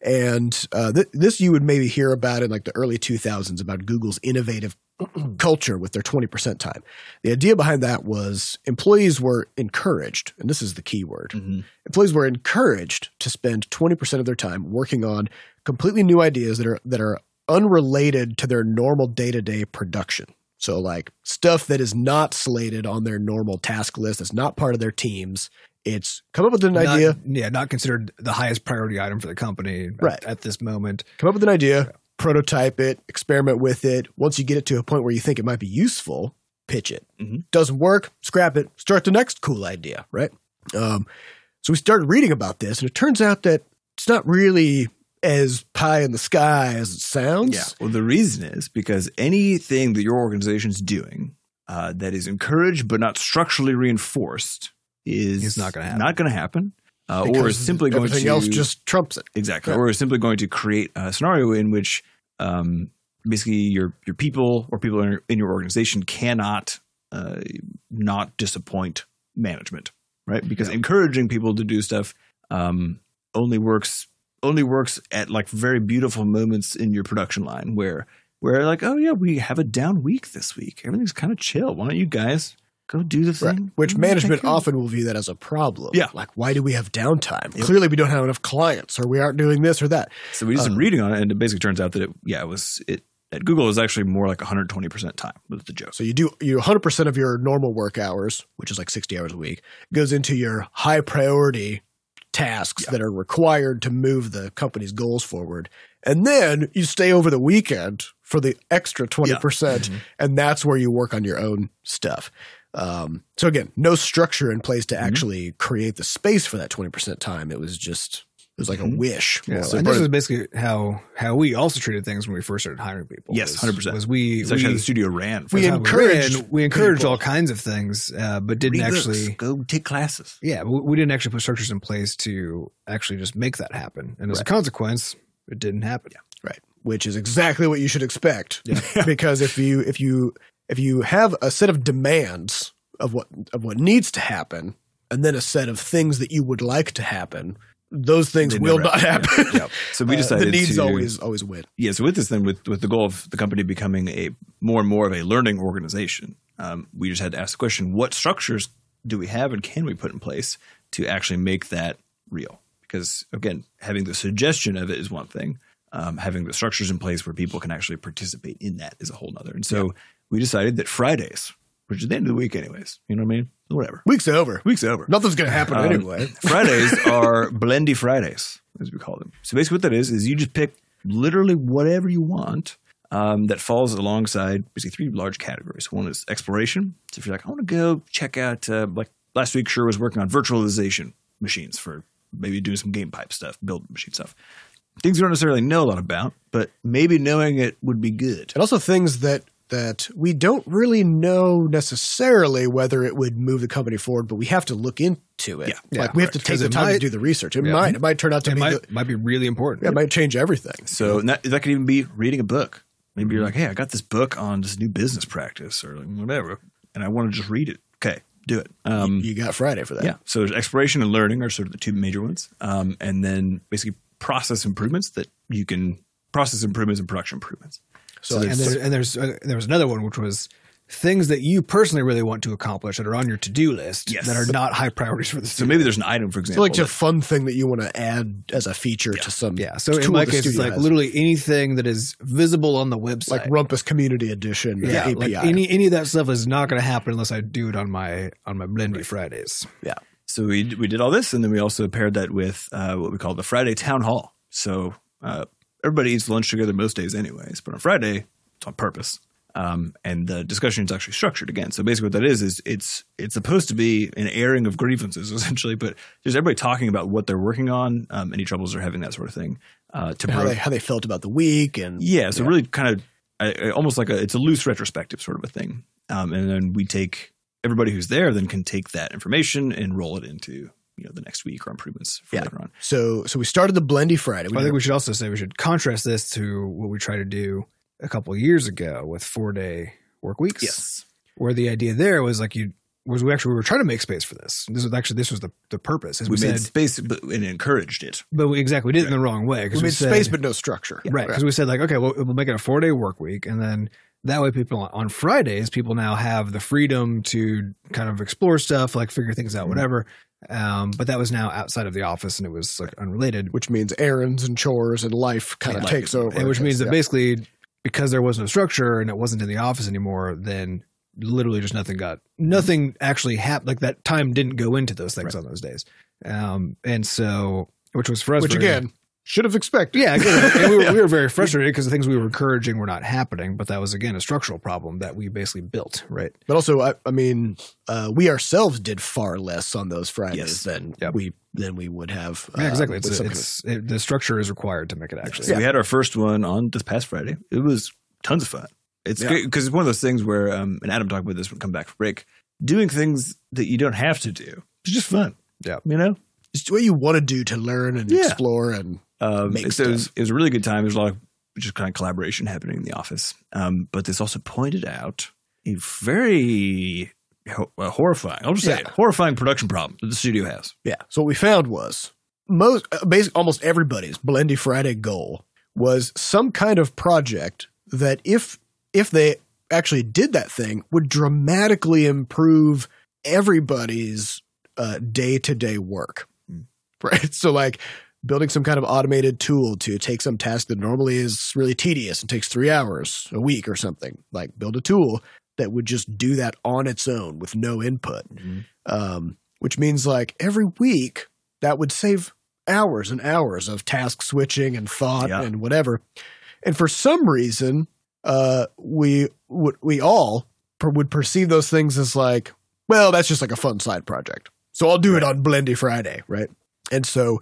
Speaker 2: And uh, th- this you would maybe hear about in like the early 2000s about Google's innovative culture with their 20% time. The idea behind that was employees were encouraged, and this is the key word
Speaker 1: Mhm.
Speaker 2: employees were encouraged to spend 20% of their time working on completely new ideas that are that are unrelated to their normal day-to-day production. So like stuff that is not slated on their normal task list, that's not part of their teams. It's come up with an
Speaker 3: Not-
Speaker 2: idea,
Speaker 3: Yeah. Not considered the highest priority item for the company at-
Speaker 2: Right.
Speaker 3: at, this moment.
Speaker 2: come up with an idea, prototype it, experiment with it. Once you get it to a point where you think it might be useful, pitch it.
Speaker 1: Mhm.
Speaker 2: Doesn't work, scrap it, start the next cool idea, right? Um, so we started reading about this, and it turns out that it's not really as pie in the sky as it sounds.
Speaker 1: Yeah. Well, the reason is because anything that your organization's doing uh, that is encouraged but not structurally reinforced is
Speaker 3: It's not gonna happen.
Speaker 1: Not going to happen. Uh, or is
Speaker 2: Because
Speaker 1: simply going
Speaker 2: everything
Speaker 1: to
Speaker 2: else just trumps it.
Speaker 1: exactly,
Speaker 2: Yeah.
Speaker 1: or is simply going to create a scenario in which um, basically your your people or people in your, in your organization cannot uh, not disappoint management, right? Because encouraging people to do stuff um, only works only works at like very beautiful moments in your production line where where like oh yeah we have a down week this week everything's kind of chill why don't you guys go do the
Speaker 2: Right.
Speaker 1: thing
Speaker 2: Which
Speaker 1: Mm, take
Speaker 2: management
Speaker 1: care of it.
Speaker 2: often will view that as a problem.
Speaker 1: Yeah.
Speaker 2: Like, why do we have downtime?
Speaker 1: Yep.
Speaker 2: Clearly, we don't have enough clients, or we aren't doing this or that.
Speaker 1: So we did some
Speaker 2: Uh,
Speaker 1: reading on it, and it basically turns out that it, yeah, it was it at Google it was actually more like 120 percent time with the jokes.
Speaker 2: So you do you 100% of your normal work hours, which is like 60 hours a week, goes into your high priority tasks that are required to move the company's goals forward. And then you stay over the weekend for the extra 20%,
Speaker 3: Mm-hmm.
Speaker 2: and that's where you work on your own stuff. Um, so again, no structure in place to
Speaker 1: Mhm.
Speaker 2: actually create the space for that 20% time. It was just it was like
Speaker 1: Mhm.
Speaker 2: a wish.
Speaker 1: Yeah,
Speaker 2: more
Speaker 1: so
Speaker 2: like.
Speaker 3: and
Speaker 1: part
Speaker 3: this
Speaker 1: of-
Speaker 3: is basically how how we also treated things when we first started hiring people.
Speaker 1: Yes,
Speaker 3: was-
Speaker 1: 100%.
Speaker 3: Was we
Speaker 1: It's actually how
Speaker 3: we-
Speaker 1: the studio ran.
Speaker 2: we
Speaker 3: that's how
Speaker 2: encouraged
Speaker 3: we, ran. we encouraged
Speaker 2: people.
Speaker 3: all kinds of things, uh, but didn't actually
Speaker 1: go take classes.
Speaker 3: yeah we, we didn't actually put structures in place to actually just make that happen, and as a consequence, it didn't happen.
Speaker 2: which is exactly what you should expect.
Speaker 3: Yeah.
Speaker 2: because if you if you if you have a set of demands of what of what needs to happen and then a set of things that you would like to happen, those things
Speaker 1: They
Speaker 2: will
Speaker 1: never
Speaker 2: not happen.
Speaker 1: Yep. So we
Speaker 2: Uh,
Speaker 1: decided
Speaker 2: the needs
Speaker 1: to,
Speaker 2: always always win.
Speaker 1: yeah. So with this, then with with the goal of the company becoming a more and more of a learning organization, um, we just had to ask the question: What structures do we have, and can we put in place to actually make that real? Because again, having the suggestion of it is one thing. Um, having the structures in place where people can actually participate in that is a whole nother. And so we decided that Fridays which is the end of the week, anyways. You know what I mean? Whatever.
Speaker 2: Week's over.
Speaker 1: Week's over.
Speaker 2: Nothing's gonna happen
Speaker 1: Um,
Speaker 2: anyway.
Speaker 1: Fridays are blendy Fridays, as we call them. So basically, what that is is you just pick literally whatever you want um, that falls alongside basically three large categories. One is exploration. So if you're like, I want to go check out, uh, like last week, sure was working on virtualization machines for maybe doing some game pipe stuff, build machine stuff. Things you don't necessarily know a lot about, but maybe knowing it would be good.
Speaker 2: and also things that that we don't really know necessarily whether it would move the company forward, but we have to look into it.
Speaker 1: Yeah.
Speaker 2: like
Speaker 3: Yeah,
Speaker 2: we have to
Speaker 3: correct.
Speaker 2: take
Speaker 3: 'Cause
Speaker 2: the
Speaker 3: it
Speaker 2: time to
Speaker 3: might-
Speaker 2: do the research. It
Speaker 3: Yeah.
Speaker 2: might it might turn out to
Speaker 3: It
Speaker 2: be
Speaker 3: might
Speaker 2: the,
Speaker 3: might be really important.
Speaker 2: yeah, it might change everything.
Speaker 1: So and that, that could even be reading a book. Maybe
Speaker 2: Mm-hmm.
Speaker 1: you're like, hey, I got this book on this new business practice or like whatever, and I want to just read it. Okay, do it. Um,
Speaker 2: you got Friday for that.
Speaker 1: yeah. So there's exploration and learning are sort of the two major ones, um, and then basically process improvements that you can process improvements and production improvements.
Speaker 2: So,
Speaker 3: and, there, and there's uh, there was another one which was things that you personally really want to accomplish that are on your to-do list
Speaker 1: Yes.
Speaker 3: that are not high priorities for the
Speaker 1: So
Speaker 3: studio.
Speaker 1: maybe there's an item, for
Speaker 2: so
Speaker 1: example,
Speaker 2: like
Speaker 1: that-
Speaker 2: just a fun thing that you want to add as a feature to some
Speaker 3: yeah. So
Speaker 2: tool
Speaker 3: in my
Speaker 2: the
Speaker 3: case, it's
Speaker 2: studio
Speaker 3: like
Speaker 2: has.
Speaker 3: literally anything that is visible on the website,
Speaker 2: like Rumpus Community Edition
Speaker 3: yeah,
Speaker 2: API.
Speaker 3: like any any of that stuff is not going to happen unless I do it on my on my Blendy Fridays.
Speaker 1: So we we did all this, and then we also paired that with uh, what we call the Friday town hall. So uh, everybody eats lunch together most days, anyways. But on Friday, it's on purpose, um, and the discussion is actually structured again. So basically, what that is is it's it's supposed to be an airing of grievances, essentially. But there's everybody talking about what they're working on, um, any troubles they're having, that sort of thing. Uh, to
Speaker 2: how
Speaker 1: pro-
Speaker 2: they how they felt about the week and
Speaker 1: yeah, so really kind of I, I- almost like a it's a loose retrospective sort of a thing, um, and then we take everybody who's there then can take that information and roll it into you know the next week or improvements for
Speaker 2: Yeah.
Speaker 1: later on.
Speaker 2: so so we started the Blendy Friday. We
Speaker 3: I
Speaker 2: did-
Speaker 3: think we should also say we should contrast this to what we tried to do a couple of years ago with four day work weeks. where the idea there was like you was we actually we were trying to make space for this. This was actually this was the the purpose. As
Speaker 1: we,
Speaker 3: we,
Speaker 1: made
Speaker 3: said,
Speaker 1: space but, and encouraged it.
Speaker 3: but we exactly we did it in the wrong
Speaker 2: we
Speaker 3: way because
Speaker 2: made
Speaker 3: said,
Speaker 2: space but no structure.
Speaker 3: right because we said like okay, well, we'll make it a four day work week, and then that way people on Fridays people now have the freedom to kind of explore stuff, like figure things
Speaker 2: Mm-hmm.
Speaker 3: out,
Speaker 1: Mhm.
Speaker 3: whatever. Um, but that was now outside of the office and it was like unrelated,
Speaker 2: which means errands and chores and life kind of
Speaker 1: Yeah.
Speaker 2: takes over.
Speaker 3: and which means that
Speaker 2: Yeah.
Speaker 3: basically because there was no structure and it wasn't in the office anymore, then literally just nothing got nothing actually happened. Like that time didn't go into those things on those days, um, and so which was frustrating.
Speaker 2: which again should have expected.
Speaker 3: yeah, again, and we, were, we were very frustrated because the things we were encouraging were not happening. But that was again a structural problem that we basically built, right?
Speaker 2: But also, I, I mean, uh, we ourselves did far less on those Fridays
Speaker 1: Yes.
Speaker 2: than
Speaker 3: Yep.
Speaker 2: we than we would have.
Speaker 3: Yeah,
Speaker 2: uh,
Speaker 3: exactly.
Speaker 2: with
Speaker 3: It's,
Speaker 2: some-
Speaker 3: it's it, the structure is required to make it actually.
Speaker 1: So we had our first one on this past Friday. It was tons of fun. It's
Speaker 2: Yeah.
Speaker 1: great because it's one of those things where um, and Adam talked about this when we come back for break. Doing things that you don't have to do. It's just fun.
Speaker 3: Yeah.
Speaker 1: You know?
Speaker 2: it's what you want to do to learn and
Speaker 1: Yeah.
Speaker 2: explore and
Speaker 1: Um,
Speaker 2: Make
Speaker 1: so it was, it was a really good time. There's a lot of just kind of collaboration happening in the office. Um, but this also pointed out a very ho- uh, horrifying, I'll just say
Speaker 2: Yeah.
Speaker 1: horrifying production problem that the studio has.
Speaker 2: yeah. So what we found was most, uh, basically, almost everybody's Blendy Friday goal was some kind of project that if if they actually did that thing would dramatically improve everybody's uh, day-to-day work
Speaker 1: Mm.
Speaker 2: right so like building some kind of automated tool to take some task that normally is really tedious and takes three hours a week or something like build a tool that would just do that on its own with no input
Speaker 1: Mhm.
Speaker 2: um, which means like every week that would save hours and hours of task switching and thought
Speaker 1: Yeah.
Speaker 2: and whatever and for some reason uh, we would we all per, would perceive those things as like, well, that's just like a fun side project. So I'll do it on Blendy Friday, right? And so,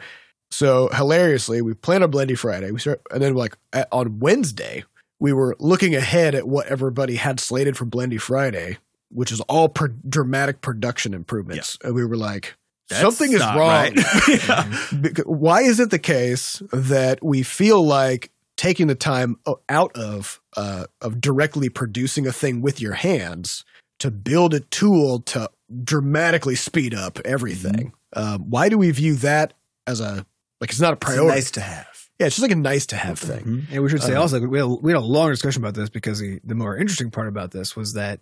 Speaker 2: so hilariously, we plan on Blendy Friday. We start, and then like at, on Wednesday, we were looking ahead at what everybody had slated for Blendy Friday, which is all pro- dramatic production improvements. And we were like,
Speaker 1: That's
Speaker 2: something is
Speaker 1: not
Speaker 2: wrong.
Speaker 1: right. Yeah.
Speaker 2: Becau- why is it the case that we feel like taking the time o- out of uh, of directly producing a thing with your hands to build a tool to dramatically speed up everything?
Speaker 3: Mm-hmm.
Speaker 2: Um, why do we view that as a like it's not a
Speaker 1: It's
Speaker 2: priority?
Speaker 1: nice to have.
Speaker 2: yeah, it's just like a nice to have thing.
Speaker 1: Mhm.
Speaker 3: And we should say
Speaker 2: Uh,
Speaker 3: also we had, we had a long discussion about this because the, the more interesting part about this was that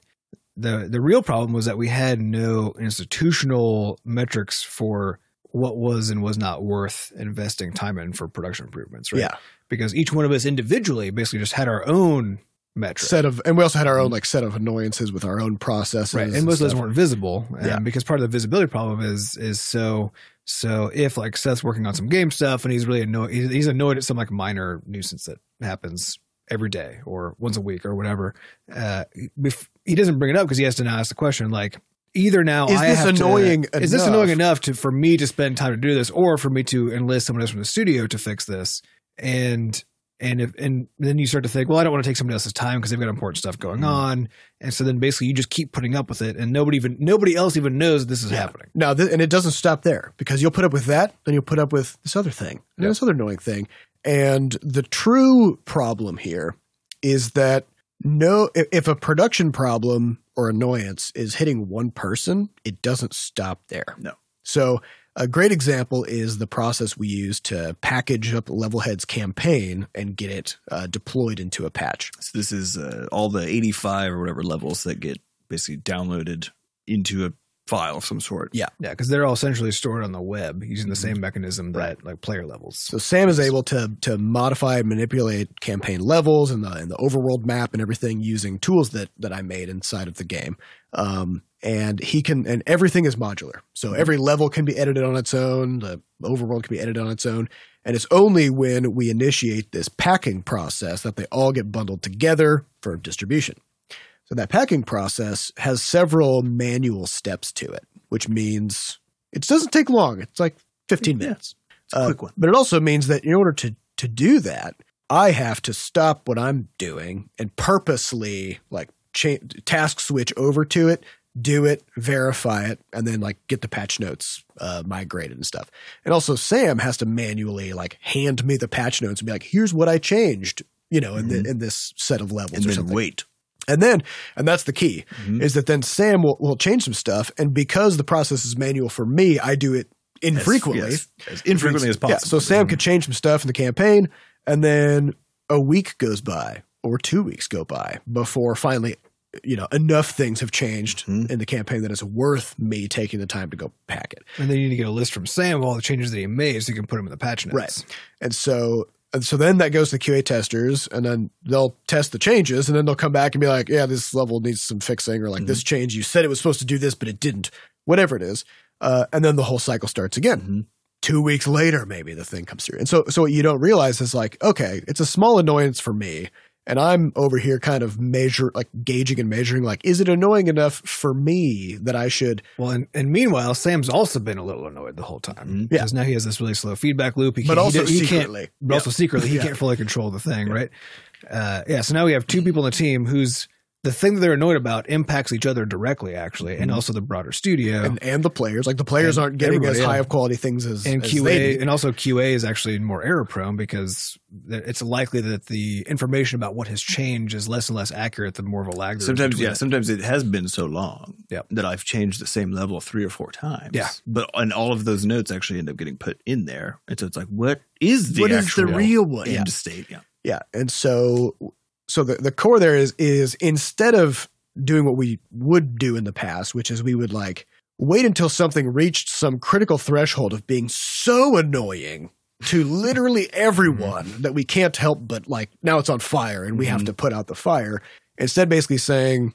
Speaker 3: the the real problem was that we had no institutional metrics for what was and was not worth investing time in for production improvements, right?
Speaker 2: Yeah,
Speaker 3: Because each one of us individually basically just had our own metric.
Speaker 2: set of, and we also had our own like set of annoyances with our own processes.
Speaker 3: right and most of those
Speaker 2: stuff.
Speaker 3: weren't visible um,
Speaker 1: Yeah.
Speaker 3: because part of the visibility problem is is so so if like seth's working on some game stuff and he's really annoyed he's he's annoyed at some like minor nuisance that happens every day or once a week or whatever uh bef- he doesn't bring it up because he has to now ask the question like either now
Speaker 2: Is
Speaker 3: "Oh, I
Speaker 2: this
Speaker 3: have to-
Speaker 2: annoying
Speaker 3: is this
Speaker 2: enough?
Speaker 3: annoying enough to for me to spend time to do this or for me to enlist someone else from the studio to fix this and and if and then you start to think well i don't want to take somebody else's time because they've got important stuff going
Speaker 1: Mhm.
Speaker 3: on and so then basically you just keep putting up with it and nobody even nobody else even knows this is happening
Speaker 2: Now, th- and it doesn't stop there because you'll put up with that, then you'll put up with this other thing, and
Speaker 3: Yeah.
Speaker 2: this other annoying thing. And the true problem here is that no, if, if a production problem or annoyance is hitting one person, it doesn't stop there.
Speaker 1: No.
Speaker 2: So a great example is the process we use to package up Levelhead's campaign and get it uh, deployed into a patch.
Speaker 1: So this is uh, all the 85 or whatever levels that get basically downloaded into a file of some sort.
Speaker 2: Yeah.
Speaker 3: yeah because they're all essentially stored on the web using the
Speaker 1: Mhm.
Speaker 3: same mechanism that
Speaker 1: Right.
Speaker 3: like player levels
Speaker 2: So Sam is able to to modify and manipulate campaign levels and the and the overworld map and everything using tools that that I made inside of the game. Um, and he can and everything is modular. So every level can be edited on its own. The overworld can be edited on its own. And it's only when we initiate this packing process that they all get bundled together for distribution. So that packing process has several manual steps to it, which means it doesn't take long. It's like 15
Speaker 1: Yeah.
Speaker 2: minutes.
Speaker 1: It's a
Speaker 2: Uh,
Speaker 1: quick one.
Speaker 2: But it also means that in order to to do that, I have to stop what I'm doing and purposely like cha- task switch over to it, do it, verify it, and then like get the patch notes uh, migrated and stuff. And also Sam has to manually like hand me the patch notes and be like, "Here's what I changed," you know, in the, in this set of levels
Speaker 1: Mm-hmm. And
Speaker 2: or
Speaker 1: then
Speaker 2: something. Mm-hmm.
Speaker 1: wait.
Speaker 2: And then and that's the key
Speaker 1: Mhm.
Speaker 2: is that then Sam will, will change some stuff, and because the process is manual for me, I do it
Speaker 1: As-
Speaker 2: infrequently.
Speaker 1: yes, as infrequently as possible.
Speaker 2: Yeah, so Sam could change some stuff in the campaign, and then a week goes by or two weeks go by before finally, you know, enough things have changed
Speaker 1: Mhm.
Speaker 2: in the campaign that it's worth me taking the time to go pack it.
Speaker 3: and then you need to get a list from sam of all the changes that he made so you can put them in the patch notes
Speaker 2: Right. And so and so then that goes to QA testers, and then they'll test the changes, and then they'll come back and be like, yeah, this level needs some fixing, or like this
Speaker 3: Mm-hmm.
Speaker 2: change you said it was supposed to do this, but it didn't, whatever it is. Uh, and then the whole cycle starts again.
Speaker 3: Mm-hmm.
Speaker 1: Mhm.
Speaker 2: Two weeks later, maybe the thing comes through. And so, so what you don't realize is like, okay, it's a small annoyance for me. And I'm over here kind of measure, like gauging and measuring, like, is it annoying enough for me that I should
Speaker 3: well and, and meanwhile sam's also been a little annoyed the whole time
Speaker 1: Mhm.
Speaker 2: Yeah.
Speaker 3: because now he has this really slow feedback loop he
Speaker 2: But
Speaker 3: can't- he
Speaker 2: also
Speaker 3: don't- he can't
Speaker 2: secretly.
Speaker 3: but also secretly he
Speaker 2: Yeah.
Speaker 3: can't fully control the thing, right? Uh, yeah. So now we have two people on the team who's the thing that they're annoyed about impacts each other directly, actually, and also the broader studio and,
Speaker 2: Mm-hmm. and, and the players, like the players
Speaker 3: And
Speaker 2: aren't getting as
Speaker 3: everybody,
Speaker 2: high
Speaker 3: yeah.
Speaker 2: of quality things as as they do.
Speaker 3: QA, and also QA is actually more error prone because th- it's likely that the information about what has changed is less and less accurate the more of a lag. there is
Speaker 1: Sometimes,
Speaker 3: between
Speaker 1: yeah.
Speaker 3: it.
Speaker 1: Sometimes it has been so long
Speaker 3: Yep.
Speaker 1: that I've changed the same level three or four times.
Speaker 3: Yeah.
Speaker 1: But and all of those notes actually end up getting put in there, and so it's like, what is the
Speaker 2: What is
Speaker 1: actual
Speaker 2: the real one?
Speaker 1: end
Speaker 2: Yeah.
Speaker 1: state? Yeah.
Speaker 2: Yeah. And so so the, the core there is is instead of doing what we would do in the past, which is we would like wait until something reached some critical threshold of being so annoying to literally everyone that we can't help but like now it's on fire and we have
Speaker 1: Mhm.
Speaker 2: to put out the fire. Instead basically saying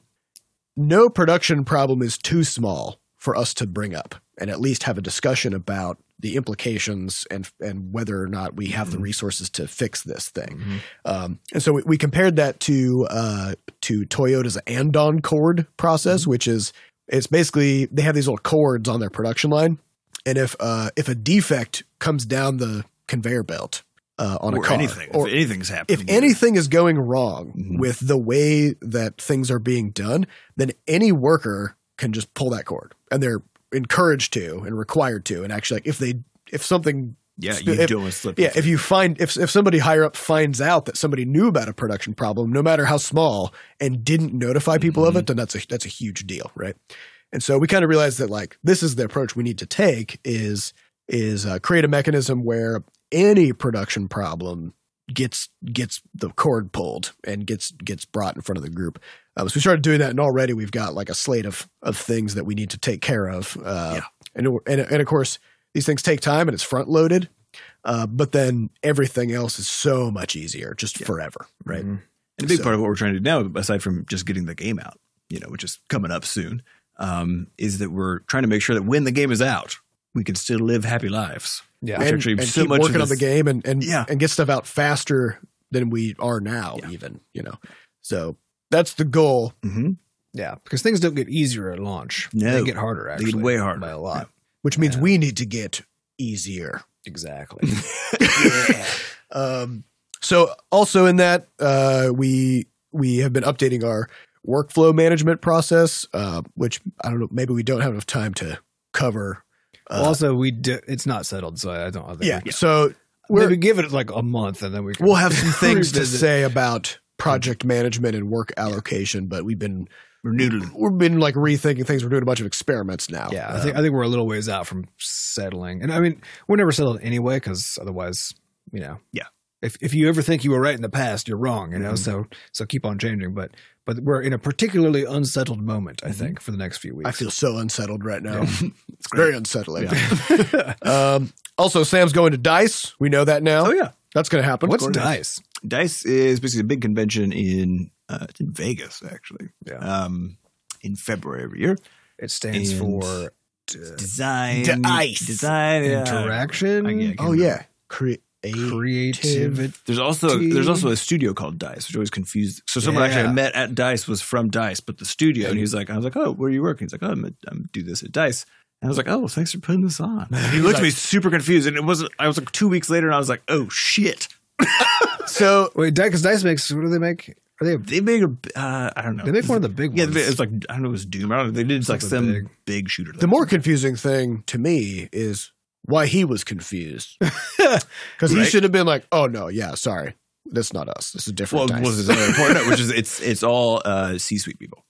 Speaker 2: no production problem is too small for us to bring up and at least have a discussion about the implications and and whether or not we have the
Speaker 1: Mhm.
Speaker 2: resources to fix this thing.
Speaker 3: Mm-hmm.
Speaker 1: Mhm.
Speaker 2: Um, and so we, we compared that to uh, to Toyota's Andon cord process, which is it's basically they have these little cords on their production line, and if uh, if a defect comes down the conveyor belt uh, on
Speaker 1: or
Speaker 2: a car,
Speaker 1: anything.
Speaker 2: or
Speaker 1: if anything's happening.
Speaker 2: if anything is going wrong
Speaker 1: Mhm.
Speaker 2: with the way that things are being done, then any worker can just pull that cord, and they're encouraged to and required to, and actually, like if they if something
Speaker 1: yeah,
Speaker 2: sp-
Speaker 1: you
Speaker 2: if-
Speaker 1: don't want to slip.
Speaker 2: yeah, if you find if if somebody higher up finds out that somebody knew about a production problem, no matter how small, and didn't notify people of it, then that's a that's a huge deal, right? And so we kind of realized that like this is the approach we need to take is is uh, create a mechanism where any production problem gets gets the cord pulled and gets gets brought in front of the group. Um, so we started doing that, and already we've got like a slate of of things that we need to take care of. Uh,
Speaker 1: Yeah.
Speaker 2: and, and and of course these things take time, and it's front
Speaker 1: Mm-hmm.
Speaker 2: loaded. Uh, but then everything else is so much easier, just forever, right?
Speaker 3: Mhm.
Speaker 1: And a big
Speaker 2: So-
Speaker 1: part of what we're trying to do now, aside from just getting the game out, you know, which is coming up soon, um, is that we're trying to make sure that when the game is out, we can still live happy lives.
Speaker 3: Yeah.
Speaker 1: Which
Speaker 2: and,
Speaker 1: actually
Speaker 2: and
Speaker 1: so
Speaker 2: keep
Speaker 1: much of
Speaker 2: working on the
Speaker 1: this-
Speaker 2: game and and,
Speaker 1: Yeah.
Speaker 2: and get stuff out faster than we are now,
Speaker 1: Yeah.
Speaker 2: even you know. So that's the goal.
Speaker 1: Mm-hmm.
Speaker 3: Yeah, because things don't get easier at launch.
Speaker 1: No.
Speaker 3: they get harder.
Speaker 1: They
Speaker 3: Actually,
Speaker 1: get way harder.
Speaker 3: by a lot.
Speaker 2: which means
Speaker 3: Yeah.
Speaker 2: we need to get easier.
Speaker 3: Exactly.
Speaker 2: Um, so also in that uh, we we have been updating our workflow management process, uh, which I don't know, maybe we don't have enough time to cover. Uh,
Speaker 3: also, we do, it's not settled, so I don't. I think
Speaker 2: yeah,
Speaker 3: we,
Speaker 2: so
Speaker 3: maybe
Speaker 2: we're,
Speaker 3: give it like a month, and then we can,
Speaker 2: we'll have some things to
Speaker 3: revisit.
Speaker 2: say about project management and work allocation, but we've been
Speaker 1: We're noodling.
Speaker 2: we've been like rethinking things. We're doing a bunch of experiments now.
Speaker 3: Yeah, I
Speaker 2: Uh,
Speaker 3: think I think we're a little ways out from settling, and I mean we're never settled anyway because otherwise, you know,
Speaker 1: Yeah.
Speaker 3: If if you ever think you were right in the past, you're wrong, you know.
Speaker 1: Mhm.
Speaker 3: So so keep on changing, but but we're in a particularly unsettled moment,
Speaker 1: Mm-hmm.
Speaker 3: I think, for the next few weeks.
Speaker 2: I feel so unsettled right now.
Speaker 3: Yeah.
Speaker 2: it's very unsettling.
Speaker 3: feel.
Speaker 2: Um, also, Sam's going to Dice. We know that now.
Speaker 1: Oh, yeah.
Speaker 2: That's going to happen.
Speaker 3: What's
Speaker 2: Going to-
Speaker 3: dice?
Speaker 1: Dice is basically a big convention in uh, it's in Vegas actually.
Speaker 3: Yeah.
Speaker 1: Um, in February every year,
Speaker 3: It stands
Speaker 1: And-
Speaker 3: for uh,
Speaker 1: design,
Speaker 2: Dice.
Speaker 1: design, yeah.
Speaker 3: interaction,
Speaker 1: I- yeah, I can't
Speaker 2: Oh yeah, create.
Speaker 3: creativity.
Speaker 1: There's also a, there's also a studio called Dice, which always confused. So someone actually I
Speaker 3: Yeah.
Speaker 1: met at Dice was from Dice, but the studio, and he was like, I was like, oh, where are you working? He's like, oh, I'm, at- I'm do this at Dice. And I was like, oh, well, thanks for putting this on. And he
Speaker 2: He's
Speaker 1: looked at
Speaker 2: like-
Speaker 1: me super confused, and it wasn't. I was like two weeks later, and I was like, oh shit.
Speaker 2: So
Speaker 3: Wait, because dice makes what do they make? Are they?
Speaker 1: They make a uh, I don't know.
Speaker 3: They make one of the big
Speaker 1: yeah,
Speaker 3: ones.
Speaker 1: it's like I don't know, it was Doom. I don't know. They did like
Speaker 3: Something
Speaker 1: some
Speaker 3: big.
Speaker 1: big, shooter.
Speaker 2: the more confusing thing to me is why he was confused because he
Speaker 1: Right.
Speaker 2: should have been like, "Oh no, yeah, sorry, that's not us. This is different."
Speaker 1: Well,
Speaker 2: dice.
Speaker 1: was this other important, which is it's it's all uh, C-suite people.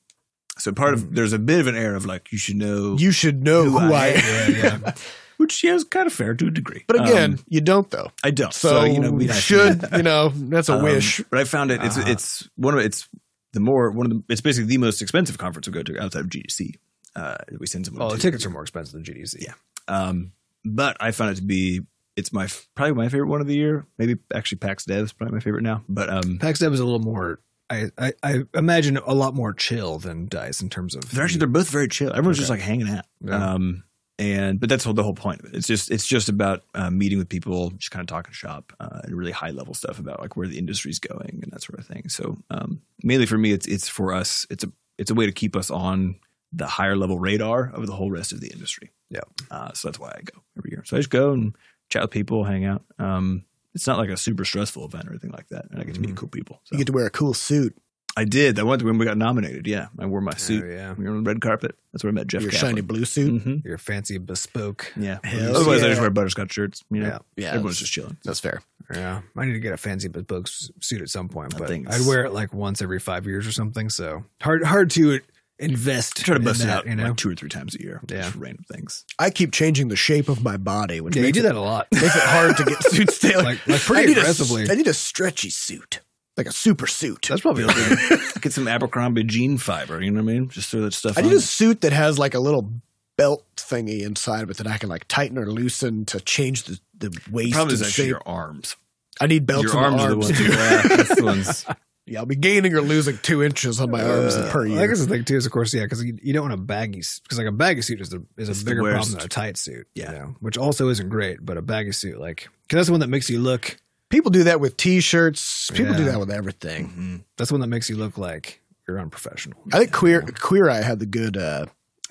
Speaker 1: So part of there's a bit of an air of like Mm. you should know,
Speaker 2: you should know who,
Speaker 1: Who
Speaker 2: I,
Speaker 1: I
Speaker 2: am.
Speaker 3: yeah, yeah.
Speaker 1: which yeah, is kind of fair to a degree.
Speaker 2: But again,
Speaker 1: Um,
Speaker 2: you don't though.
Speaker 1: I don't.
Speaker 2: So, you know, we
Speaker 1: I-
Speaker 2: should you know that's a
Speaker 1: um,
Speaker 2: wish.
Speaker 1: But I found it. It's
Speaker 3: Uh-huh.
Speaker 1: it's one of it's the more one of the it's basically the most expensive conference we go to outside of GDC. Uh, that we send someone.
Speaker 3: Oh, the
Speaker 1: to.
Speaker 3: tickets are more expensive than GDC.
Speaker 1: Yeah. Um, but I found it to be it's my probably my favorite one of the year. Maybe actually PAX Dev is probably my favorite now. But um,
Speaker 3: PAX Dev is a little more. I, I, I imagine a lot more chill than Dice in terms of.
Speaker 1: they're actually they're both very chill. Everyone's just
Speaker 3: Okay.
Speaker 1: like hanging out.
Speaker 3: Yeah.
Speaker 1: Um, and but that's whole, the whole point of it. It's just it's just about uh, meeting with people, just kind of talking shop uh, and really high level stuff about like where the industry's going and that sort of thing. So um, mainly for me, it's it's for us. It's a it's a way to keep us on the higher level radar of the whole rest of the industry.
Speaker 3: Yeah.
Speaker 1: Uh, so that's why I go every year. So I just go and chat with people, hang out. Um, it's not like a super stressful event or anything like that, and I get to meet
Speaker 3: Mhm.
Speaker 1: cool people. So
Speaker 2: Mm-hmm. You get to wear a cool suit,
Speaker 1: I did. I went when we got nominated. Yeah, I wore my suit.
Speaker 3: Oh, yeah.
Speaker 1: We were on the red carpet. That's where I met Jeff.
Speaker 2: your
Speaker 1: Kaplan.
Speaker 2: shiny blue suit.
Speaker 1: Mhm.
Speaker 3: Your fancy bespoke.
Speaker 1: Yeah.
Speaker 2: Hell
Speaker 1: Otherwise,
Speaker 2: yeah.
Speaker 1: I just wear butterscotch shirts. You know,
Speaker 3: Yeah.
Speaker 2: Yeah,
Speaker 1: everyone's
Speaker 2: that's-
Speaker 1: just chilling.
Speaker 2: that's fair.
Speaker 3: Yeah. I need to get a fancy bespoke s- suit at some point,
Speaker 1: I
Speaker 3: but
Speaker 1: think
Speaker 3: I'd
Speaker 1: it's-
Speaker 3: wear it like once every five years or something. So hard, hard to invest.
Speaker 1: Try to
Speaker 3: in
Speaker 1: bust it
Speaker 3: that,
Speaker 1: out
Speaker 3: You know.
Speaker 1: like two or three times a year.
Speaker 3: Yeah.
Speaker 1: Just random things.
Speaker 2: I keep changing the shape of my body, which
Speaker 3: yeah, you
Speaker 2: makes
Speaker 3: do
Speaker 2: it-
Speaker 3: that a lot.
Speaker 2: makes it hard to get suits tailored.
Speaker 3: Like- like pretty
Speaker 2: I need a-
Speaker 3: aggressively.
Speaker 2: I need a stretchy suit, like a super suit.
Speaker 3: That's probably.
Speaker 1: Get some Abercrombie jean fiber. You know what I mean? Just throw that stuff.
Speaker 2: I
Speaker 1: on.
Speaker 2: need a suit that has like a little belt thingy inside of it that I can like tighten or loosen to change the, the
Speaker 1: The
Speaker 2: waist
Speaker 1: problem is
Speaker 2: and
Speaker 1: actually
Speaker 2: shape.
Speaker 1: your arms.
Speaker 2: I need belts
Speaker 1: Your
Speaker 2: on
Speaker 1: arms,
Speaker 2: my
Speaker 1: are the
Speaker 2: arms.
Speaker 1: ones. yeah, that's the ones.
Speaker 2: yeah, I'll be gaining or losing two inches on my arms
Speaker 3: Uh,
Speaker 2: per
Speaker 3: I
Speaker 2: year.
Speaker 3: guess the thing too is, of course, yeah, because you, you don't want a baggy because like a baggy suit is the, is a
Speaker 1: It's the
Speaker 3: bigger problem
Speaker 1: worst.
Speaker 3: than a tight suit.
Speaker 1: Yeah.
Speaker 3: you know, which also isn't great, but a baggy suit like because that's the one that makes you look.
Speaker 2: People do that with t-shirts. People do
Speaker 3: Yeah.
Speaker 2: that with everything.
Speaker 1: Mm-hmm.
Speaker 3: That's the one that makes you look like you're unprofessional.
Speaker 2: I think queer queer eye had the good uh,